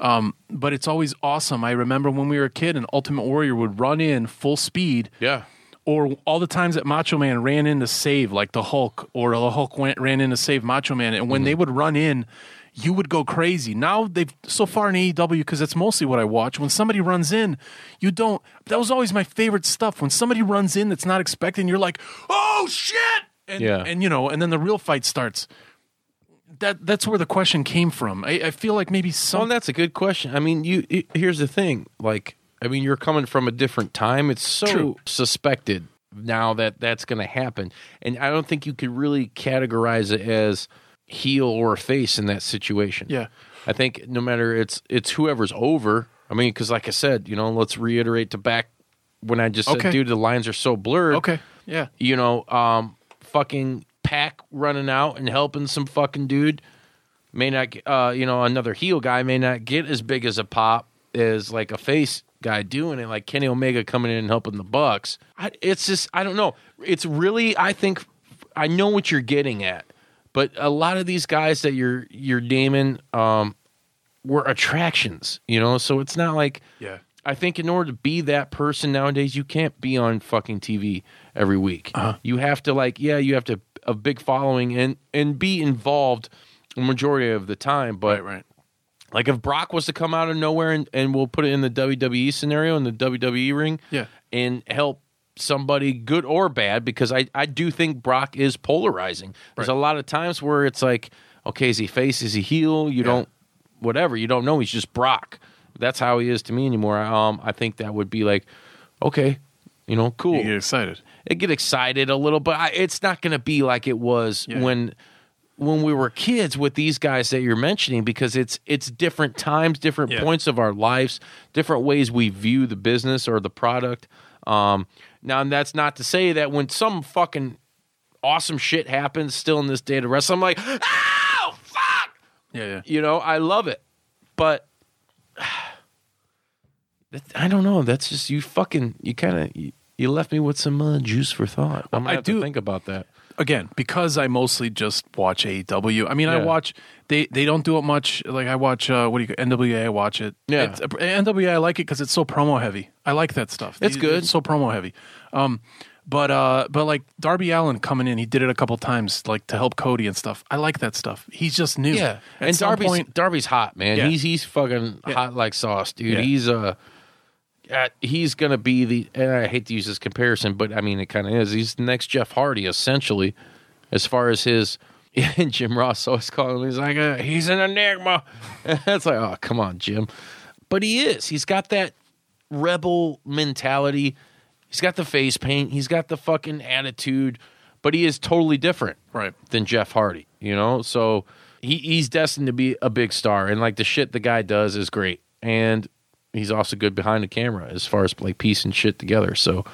um, but it's always awesome. I remember when we were a kid, and Ultimate Warrior would run in full speed, yeah, or all the times that Macho Man ran in to save, like the Hulk, or the Hulk went, ran in to save Macho Man, and when they Mm-hmm. would run in, you would go crazy. Now they've so far in AEW because that's mostly what I watch. When somebody runs in, you don't. That was always my favorite stuff. When somebody runs in that's not expecting, you're like, oh shit, and, Yeah. and you know, and then the real fight starts. That that's where the question came from. I, I feel like maybe Well, some. and that's a good question. I mean, you it- here's the thing. Like, I mean, you're coming from a different time. It's so True. suspected now that that's going to happen, and I don't think you could really categorize it as heel or face in that situation. Yeah. I think no matter it's it's whoever's over. I mean, because like I said, you know, let's reiterate to back when I just said, Okay. dude, the lines are so blurred okay, yeah, you know, um, fucking pack running out and helping some fucking dude may not, get- uh, you know, another heel guy may not get as big as a pop as like a face guy doing it, like Kenny Omega coming in and helping the Bucks. I, it's just, I don't know. It's really, I think, I know what you're getting at, but a lot of these guys that you're you're naming um, were attractions, you know, so it's not like yeah. I think in order to be that person nowadays, you can't be on fucking TV every week. Uh-huh. You have to like, yeah, you have to a big following and and be involved a majority of the time. But Right, right. like if Brock was to come out of nowhere and, and we'll put it in the WWE scenario in the WWE ring, Yeah. and help somebody good or bad because I I do think Brock is polarizing. There's a lot of times where it's like, okay, is he face? Is he heel? You don't, whatever. You don't know. He's just Brock. That's how he is to me anymore. Um, I think that would be like, okay, you know, cool You get excited. it get excited a little, but I, it's not going to be like it was Yeah. when when we were kids with these guys that you're mentioning because it's it's different times, different Yeah. points of our lives, different ways we view the business or the product. Um, now, and that's not to say that when some fucking awesome shit happens still in this day to wrestling, I'm like, oh fuck, Yeah, yeah. you know, I love it, but. that- I don't know. That's just you. Fucking, you kind of you, you left me with some uh, juice for thought. I'm gonna I have to do- think about that. again because I mostly just watch AEW. I mean, I Yeah. watch they they don't do it much. Like I watch uh, what do you NWA? I watch it. Yeah. It's- uh, NWA. I like it because it's so promo heavy. I like that stuff. It's They- good. It's so promo heavy. Um, but uh, but like Darby Allen coming in, he did it a couple times, like to help Cody and stuff. I like that stuff. He's just new. At and some Darby's point- Darby's hot, man. Yeah. He's he's fucking hot like sauce, dude. Yeah. He's uh, uh, he's gonna be the. And I hate to use this comparison, but I mean it kind of is. He's the next Jeff Hardy, essentially, as far as his. And Jim Ross always calling him. He's like, uh, he's an enigma. it's like, oh come on, Jim. But he is. He's got that rebel mentality. He's got the face paint. He's got the fucking attitude. But he is totally different right. than Jeff Hardy, you know? So he, he's destined to be a big star. And like the shit the guy does is great. And he's also good behind the camera as far as like piecing shit together. So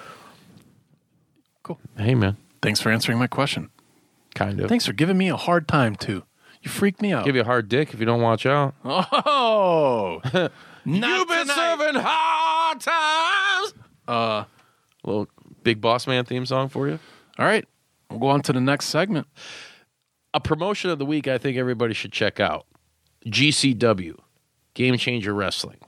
Cool. hey man. Thanks for answering my question. Kind of. Thanks for giving me a hard time too. You freaked me out. Give you a hard dick if you don't watch out. oh, you've serving hard times. Uh little big boss man theme song for you. All right, we'll go on to the next segment. a promotion of the week I think everybody should check out GCW, Game Changer Wrestling.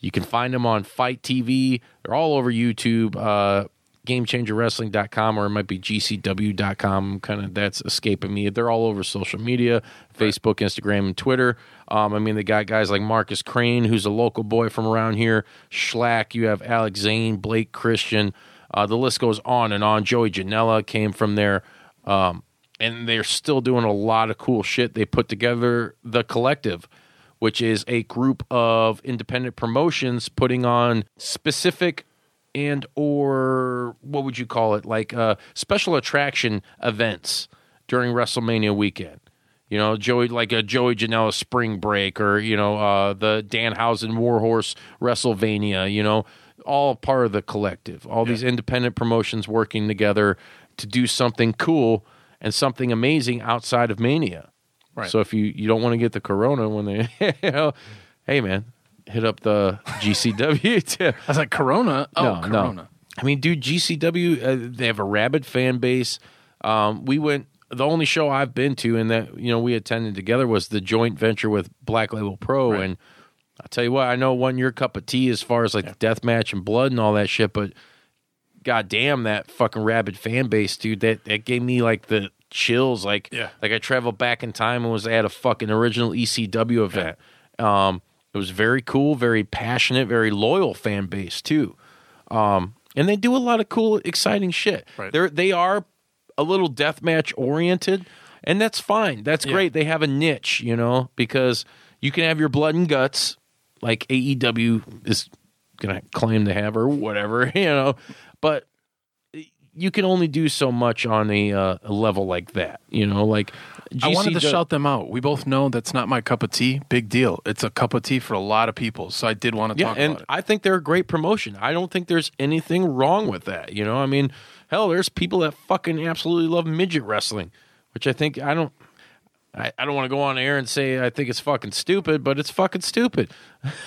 You can find them on Fight TV. They're all over YouTube, uh, GameChangerWrestling.com, or it might be GCW.com. Kind of that's escaping me. They're all over social media Facebook, Instagram, and Twitter. Um, I mean, they got guys like Marcus Crane, who's a local boy from around here, Schlack. You have Alex Zane, Blake Christian. Uh, the list goes on and on. Joey Janela came from there. Um, and they're still doing a lot of cool shit. They put together the collective, which is a group of independent promotions putting on specific and or what would you call it like uh, special attraction events during WrestleMania weekend. You know, Joey like a Joey Janela spring break, or you know, uh, the Danhausen Warhorse WrestleMania. You know, all part of the collective. All these independent promotions working together to do something cool and something amazing outside of Mania. Right. So if you you don't want to get the Corona when they, you know, hey man, hit up the GCW. too. I was like, Corona? Oh, No, no. Corona. I mean, dude, GCW, uh, they have a rabid fan base. Um, we went, the only show I've been to and that, you know, we attended together was the joint venture with Black Label Pro. And I'll tell you what, I know one your cup of tea as far as like the death match and blood and all that shit, but goddamn that fucking rabid fan base, dude, that, that gave me like the chills. Like, Yeah. like I traveled back in time and was at a fucking original ECW event. Um, it was very cool, very passionate, very loyal fan base too. Um, and they do a lot of cool, exciting shit. Right. They're they are a little deathmatch oriented, and that's fine. That's great. They have a niche, you know, because you can have your blood and guts, like AEW is gonna claim to have or whatever, you know. But you can only do so much on a, uh, a level like that, you know. Like I wanted to GCW shout them out. We both know that's not my cup of tea. Big deal. It's a cup of tea for a lot of people. So I did want to Yeah, talk and about it. I think they're a great promotion. I don't think there's anything wrong with that. You know, I mean, hell, there's people that fucking absolutely love midget wrestling, which I think I don't. I, I don't want to go on air and say I think it's fucking stupid, but it's fucking stupid.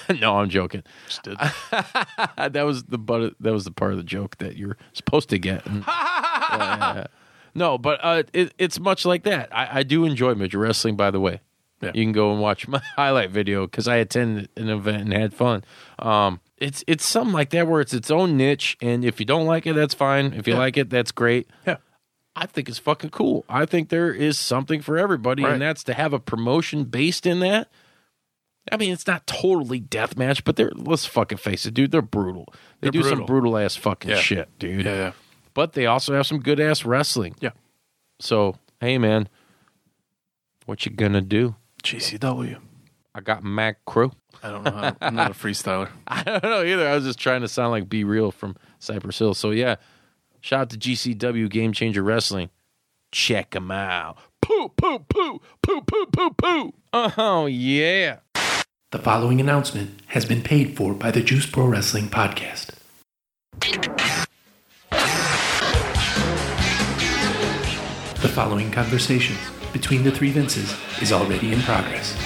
no, I'm joking. that was the but that was the part of the joke that you're supposed to get. And- Yeah. No, but uh, it, it's much like that. I, I do enjoy midget wrestling, by the way. Yeah. You can go and watch my highlight video because I attended an event and had fun. Um, it's it's something like that where it's its own niche, and if you don't like it, that's fine. If you like it, that's great. Yeah. I think it's fucking cool. I think there is something for everybody, Right. and that's to have a promotion based in that. I mean, it's not totally deathmatch, but they're let's fucking face it, dude. They're brutal. They They're do some brutal. brutal ass fucking Yeah. shit, dude. Yeah, yeah. But they also have some good ass wrestling. Yeah. So hey, man, what you gonna do? GCW. I got Mac Crow. I don't know. How, I'm not a freestyler. I don't know either. I was just trying to sound like Be Real from Cypress Hill. So yeah, shout out to GCW Game Changer Wrestling. Check them out. Poo poo poo poo poo poo poo. Oh yeah. The following announcement has been paid for by the Juice Pro Wrestling Podcast. The following conversations between the three Vinces is already in progress.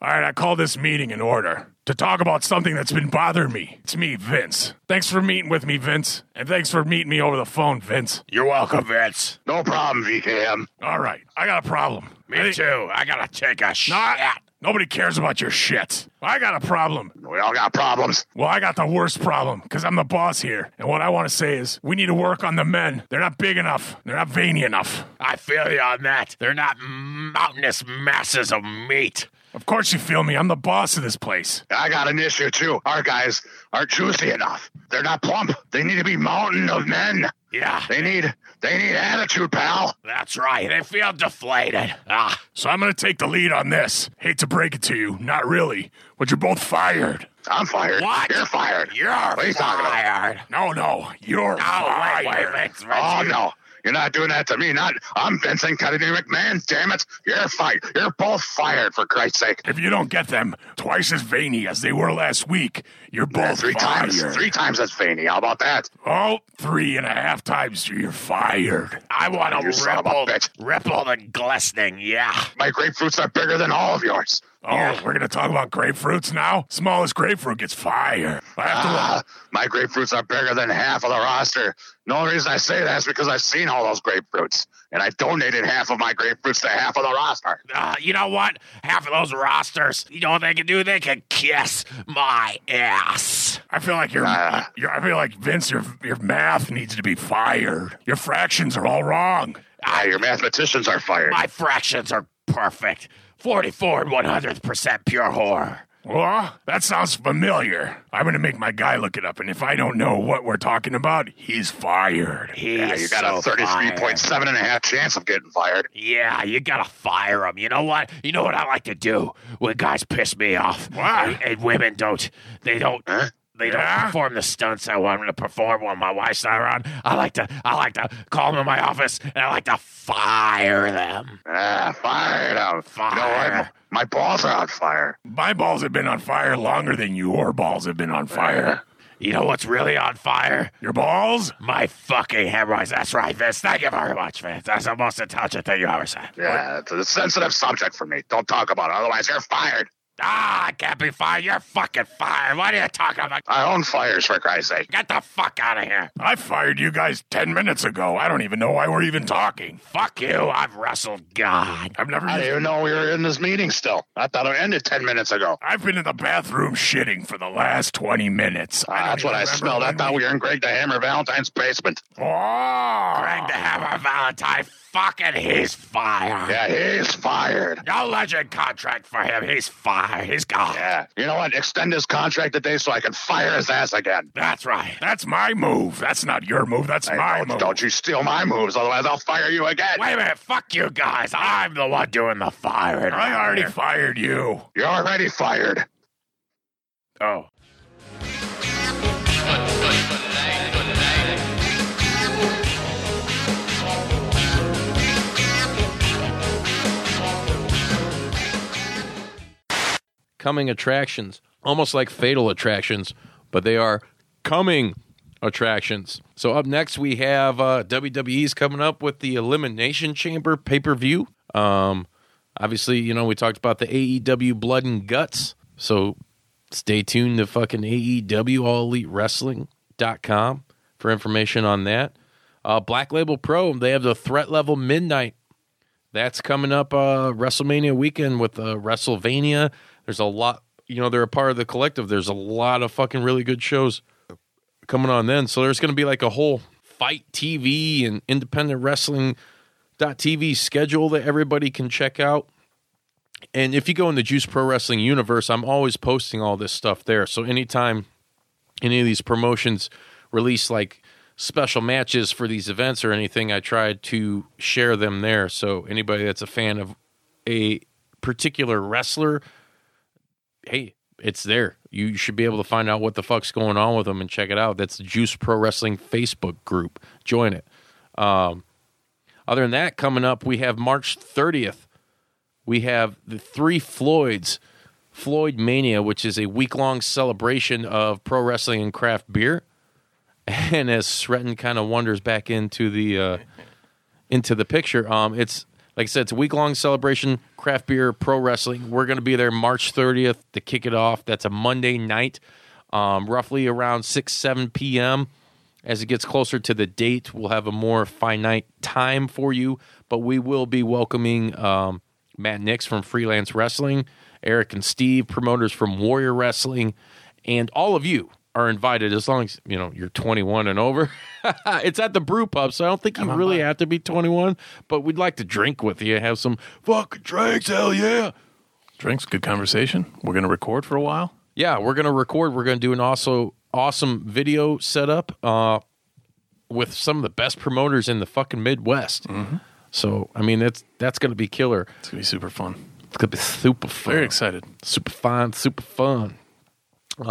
All right, I call this meeting in order to talk about something that's been bothering me. It's me, Vince. Thanks for meeting with me, Vince. And thanks for meeting me over the phone, Vince. You're welcome, Vince. No problem, VKM. All right, I got a problem. Me I- too. I gotta take a shit. Nah, nobody cares about your shit. I got a problem. We all got problems. Well, I got the worst problem because I'm the boss here. And what I want to say is we need to work on the men. They're not big enough, they're not veiny enough. I feel you on that. They're not mountainous masses of meat. Of course, you feel me. I'm the boss of this place. I got an issue too. Our guys aren't juicy enough. They're not plump. They need to be mountain of men. Yeah. They need they need attitude, pal. That's right. They feel deflated. Ah. So I'm going to take the lead on this. Hate to break it to you, not really, but you're both fired. I'm fired. What? You're fired. You're are you talking about? No, no, you're fired. Oh no. You're not doing that to me. Not I'm Vincent Kennedy McMahon. Damn it. You're fired. You're both fired for Christ's sake. If you don't get them twice as veiny as they were last week, you're both Three fired. times. Three times as veiny. How about that? Oh, three and a half times you're fired. I want You son of a bitch. ripple and glistening, yeah. My grapefruits are bigger than all of yours. Oh, we're gonna talk about grapefruits now? Smallest grapefruit gets fired. I have to Ah, my grapefruits are bigger than half of the roster. The only reason I say that is because I've seen all those grapefruits, and I donated half of my grapefruits to half of the roster. Uh, you know what? Half of those rosters, you know what they can do? They can kiss my ass. I feel like you're, Ah. you're I feel like Vince, your your math needs to be fired. Your fractions are all wrong. Ah, your mathematicians are fired. fractions are perfect. 44 and 100% pure horror. Well, that sounds familiar. I'm going to make my guy look it up, and if I don't know what we're talking about, he's fired. yeah, you got a 33.7 and a half chance of getting fired. Yeah, you gotta fire them. You know what? You know what I like to do when guys piss me off, What? and, and women don't. They don't. Huh? They don't Yeah? perform the stunts I want them to perform when my wife's not around. I like to. I like to call them in my office, and I like to fire them. Ah, fired on fire. You know what? Fire. My balls are on fire. My balls have been on fire longer than your balls have been on fire. You know what's really on fire? Your balls? My fucking hemorrhoids. That's right, Vince. Thank you very much, Vince. That's the most intelligent thing you ever said. Yeah, it's a sensitive subject for me. Don't talk about it, otherwise you're fired. Ah, I can't be fired. You're fucking fired. What are you talking about? I own fires, for Christ's sake. Get the fuck out of here. I fired you guys 10 minutes ago. I don't even know why we're even talking. Fuck you. I've wrestled God. I've never I didn't even. even know we were in this meeting still. I thought it ended 10 minutes ago. I've been in the bathroom shitting for the last 20 minutes. Ah, that's what I smelled. I thought we were in Greg the Hammer Valentine's basement. Oh! Greg the Hammer Valentine. Fucking he's fired. Yeah, he's fired. No legend contract for him. He's fired. He's gone. Yeah. You know what? Extend his contract today so I can fire his ass again. That's right. That's my move. That's not your move. That's Hey, my don't, move. don't you steal my moves, otherwise I'll fire you again. Wait a minute. Fuck you guys. I'm the one doing the firing. I already fired you. You're already fired. Oh. coming attractions, almost like fatal attractions, but they are coming attractions. So up next we have uh, WWE's coming up with the Elimination Chamber pay per view. Um, obviously, you know we talked about the AEW Blood and Guts, so stay tuned to fucking AEW All Elite Wrestling dot com for information on that. Uh, Black Label Pro, they have the Threat Level Midnight that's coming up uh, WrestleMania weekend with uh, WrestleVania. There's a lot, you know, they're a part of the collective. There's a lot of fucking really good shows coming on then. So there's going to be like a whole fight TV and independent wrestling TV schedule that everybody can check out. And if you go in the Juice Pro Wrestling universe, I'm always posting all this stuff there. So anytime any of these promotions release like special matches for these events or anything, I try to share them there. So anybody that's a fan of a particular wrestler, hey, it's there. You should be able to find out what the fuck's going on with them and check it out. That's the Juice Pro Wrestling Facebook group. Join it. Um, other than that, coming up, we have March 30th. We have the three Floyds. Floyd Mania, which is a week long celebration of pro wrestling and craft beer. And as Sretton kind of wanders back into the uh, into the picture, um, it's like I said, it's a week long celebration, craft beer, pro wrestling. We're going to be there March 30th to kick it off. That's a Monday night, um, roughly around 6, 7 p.m. As it gets closer to the date, we'll have a more finite time for you, but we will be welcoming um, Matt Nix from Freelance Wrestling, Eric and Steve, promoters from Warrior Wrestling, and all of you are invited as long as you know you're 21 and over. it's at the brew pub, so I don't think you really have to be 21, but we'd like to drink with you, have some fucking drinks, hell yeah. Drinks, good conversation. We're going to record for a while. Yeah, we're gonna record. We're gonna do an also awesome video setup uh, with some of the best promoters in the fucking Midwest. So I mean, that's that's gonna be killer. It's going to be super fun. It's gonna be super fun. Very excited. super fun, super fun. Um,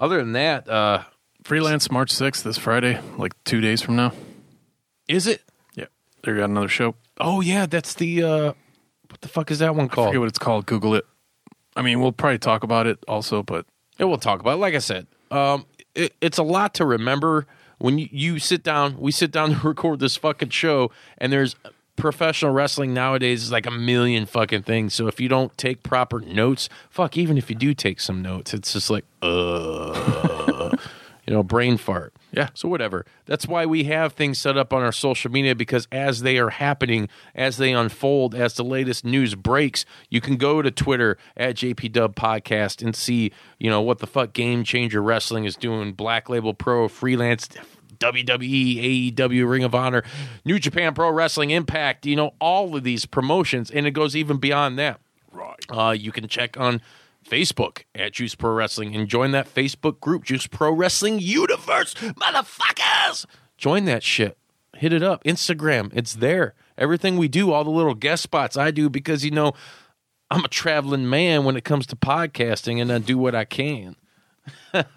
other than that, uh, Freelance March 6th this Friday, like two days from now. is it? Yeah. They got another show. Oh yeah, that's the uh, what the fuck is that one I called? forget what it's called. Google it. I mean, we'll probably talk about it also, but Yeah, we'll talk about. It. Like I said, um, it, it's a lot to remember when you, you sit down. We sit down to record this fucking show, and there's professional wrestling nowadays is like a million fucking things. So if you don't take proper notes, fuck. Even if you do take some notes, it's just like uh, you know, brain fart. Yeah. So whatever. That's why we have things set up on our social media because as they are happening, as they unfold, as the latest news breaks, you can go to Twitter at JPDub Podcast and see, you know, what the fuck Game Changer Wrestling is doing, Black Label Pro, freelance E, WWE, AEW, Ring of Honor, New Japan Pro Wrestling, Impact, you know, all of these promotions. And it goes even beyond that. Uh, you can check on Facebook at Juice Pro Wrestling and join that Facebook group, Juice Pro Wrestling Universe, motherfuckers. Join that shit. Hit it up. Instagram, it's there. Everything we do, all the little guest spots I do because, you know, I'm a traveling man when it comes to podcasting and I do what I can.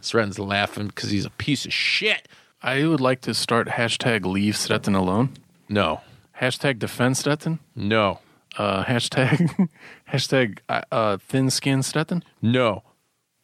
Sren's laughing because he's a piece of shit. I would like to start hashtag leave Stetton alone. No. Hashtag defend Stetton. No. Uh, hashtag hashtag uh, uh, thin skin Stetton. No.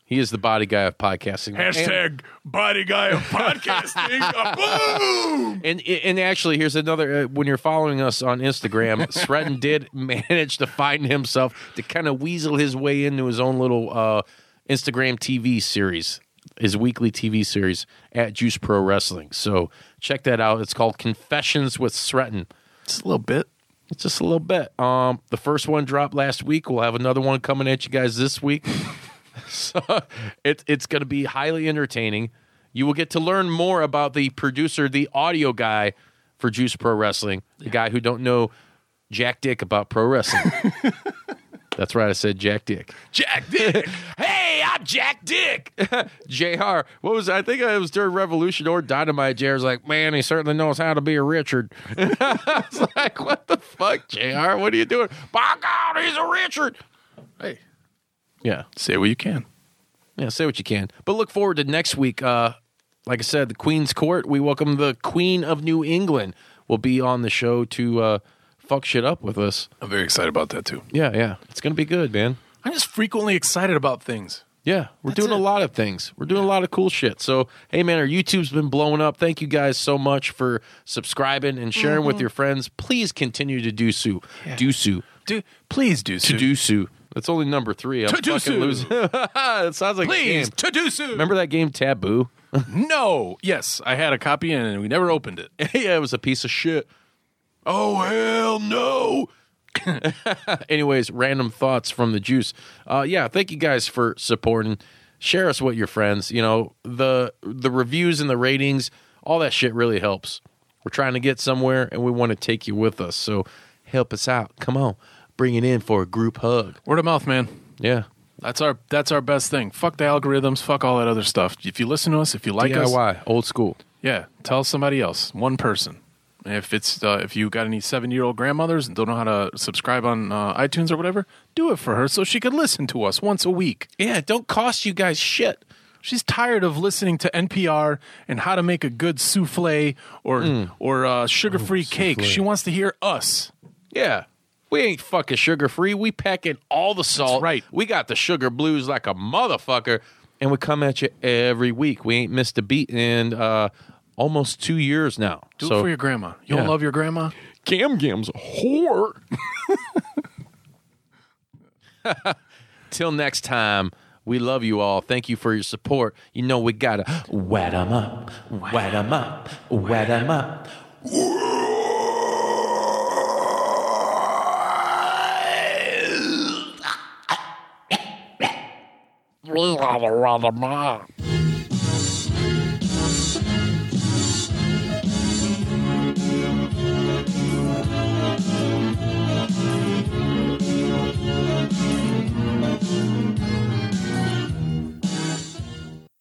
He is the body guy of podcasting. Hashtag body guy of podcasting. Boom! And and actually, here's another. Uh, when you're following us on Instagram, Sretton did manage to find himself to kind of weasel his way into his own little uh, Instagram TV series, his weekly TV series at Juice Pro Wrestling. So check that out. It's called Confessions with Sretton. Just a little bit. It's just a little bit. Um, the first one dropped last week. We'll have another one coming at you guys this week. so it, it's going to be highly entertaining. You will get to learn more about the producer, the audio guy for Juice Pro Wrestling, the guy who don't know jack dick about pro wrestling. That's right, I said jack dick. Jack Dick. hey, I'm Jack Dick. JR, what was I think it was during Revolution or Dynamite. JR's like, man, he certainly knows how to be a Richard. I was like, what the fuck, JR? What are you doing? By God, he's a Richard. Hey, Yeah. say what you can. Yeah, say what you can. But look forward to next week. Uh, like I said, the Queen's Court. We welcome the Queen of New England. Will be on the show to uh, fuck shit up with us. I'm very excited about that too. Yeah, yeah. It's gonna be good, man. I'm just frequently excited about things. Yeah, we're doing a lot of things. We're doing a lot of cool shit. So, hey, man, our YouTube's been blowing up. Thank you guys so much for subscribing and sharing Mm-hmm. with your friends. Please continue to do so. Do so. Do please do To do so. That's only number three. I'm To do fucking so. losing. it sounds like a game. please to do so. Remember that game Taboo? No. Yes, I had a copy and we never opened it. yeah, it was a piece of shit. oh hell no. anyways, random thoughts from the juice. Uh, yeah, thank you guys for supporting. Share us with your friends. You know the the reviews and the ratings, all that shit really helps. We're trying to get somewhere, and we want to take you with us. So help us out. Come on, bring it in for a group hug. Word of mouth, man. Yeah, That's our that's our best thing. Fuck the algorithms. Fuck all that other stuff. If you listen to us, if you like us, DIY, old school. Yeah, tell somebody else, one person. If it's uh, if you got any seven year old grandmothers and don't know how to subscribe on uh, iTunes or whatever, do it for her so she could listen to us once a week. Yeah, it don't cost you guys shit. She's tired of listening to NPR and how to make a good souffle or Mm. or uh, sugar free Oh, cake. She wants to hear us. Yeah. We ain't fucking sugar free. We pack in all the salt. right. We got the sugar blues like a motherfucker. And we come at you every week. We ain't missed a beat in uh, almost two years now. Do So- it for your grandma. You'll Yeah. love your grandma. Gam Gam's a whore. Till next time, we love you all. Thank you for your support. You know we gotta wet 'em up, wet 'em up, wet 'em up.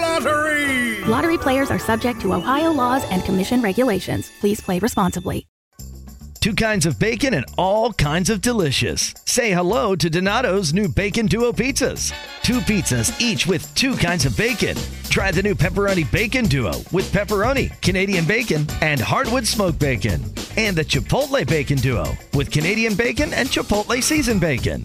Lottery! Lottery players are subject to Ohio laws and commission regulations. Please play responsibly. Two kinds of bacon and all kinds of delicious. Say hello to Donato's new Bacon Duo pizzas. Two pizzas, each with two kinds of bacon. Try the new Pepperoni Bacon Duo with pepperoni, Canadian bacon, and hardwood smoked bacon. And the Chipotle Bacon Duo with Canadian bacon and Chipotle seasoned bacon.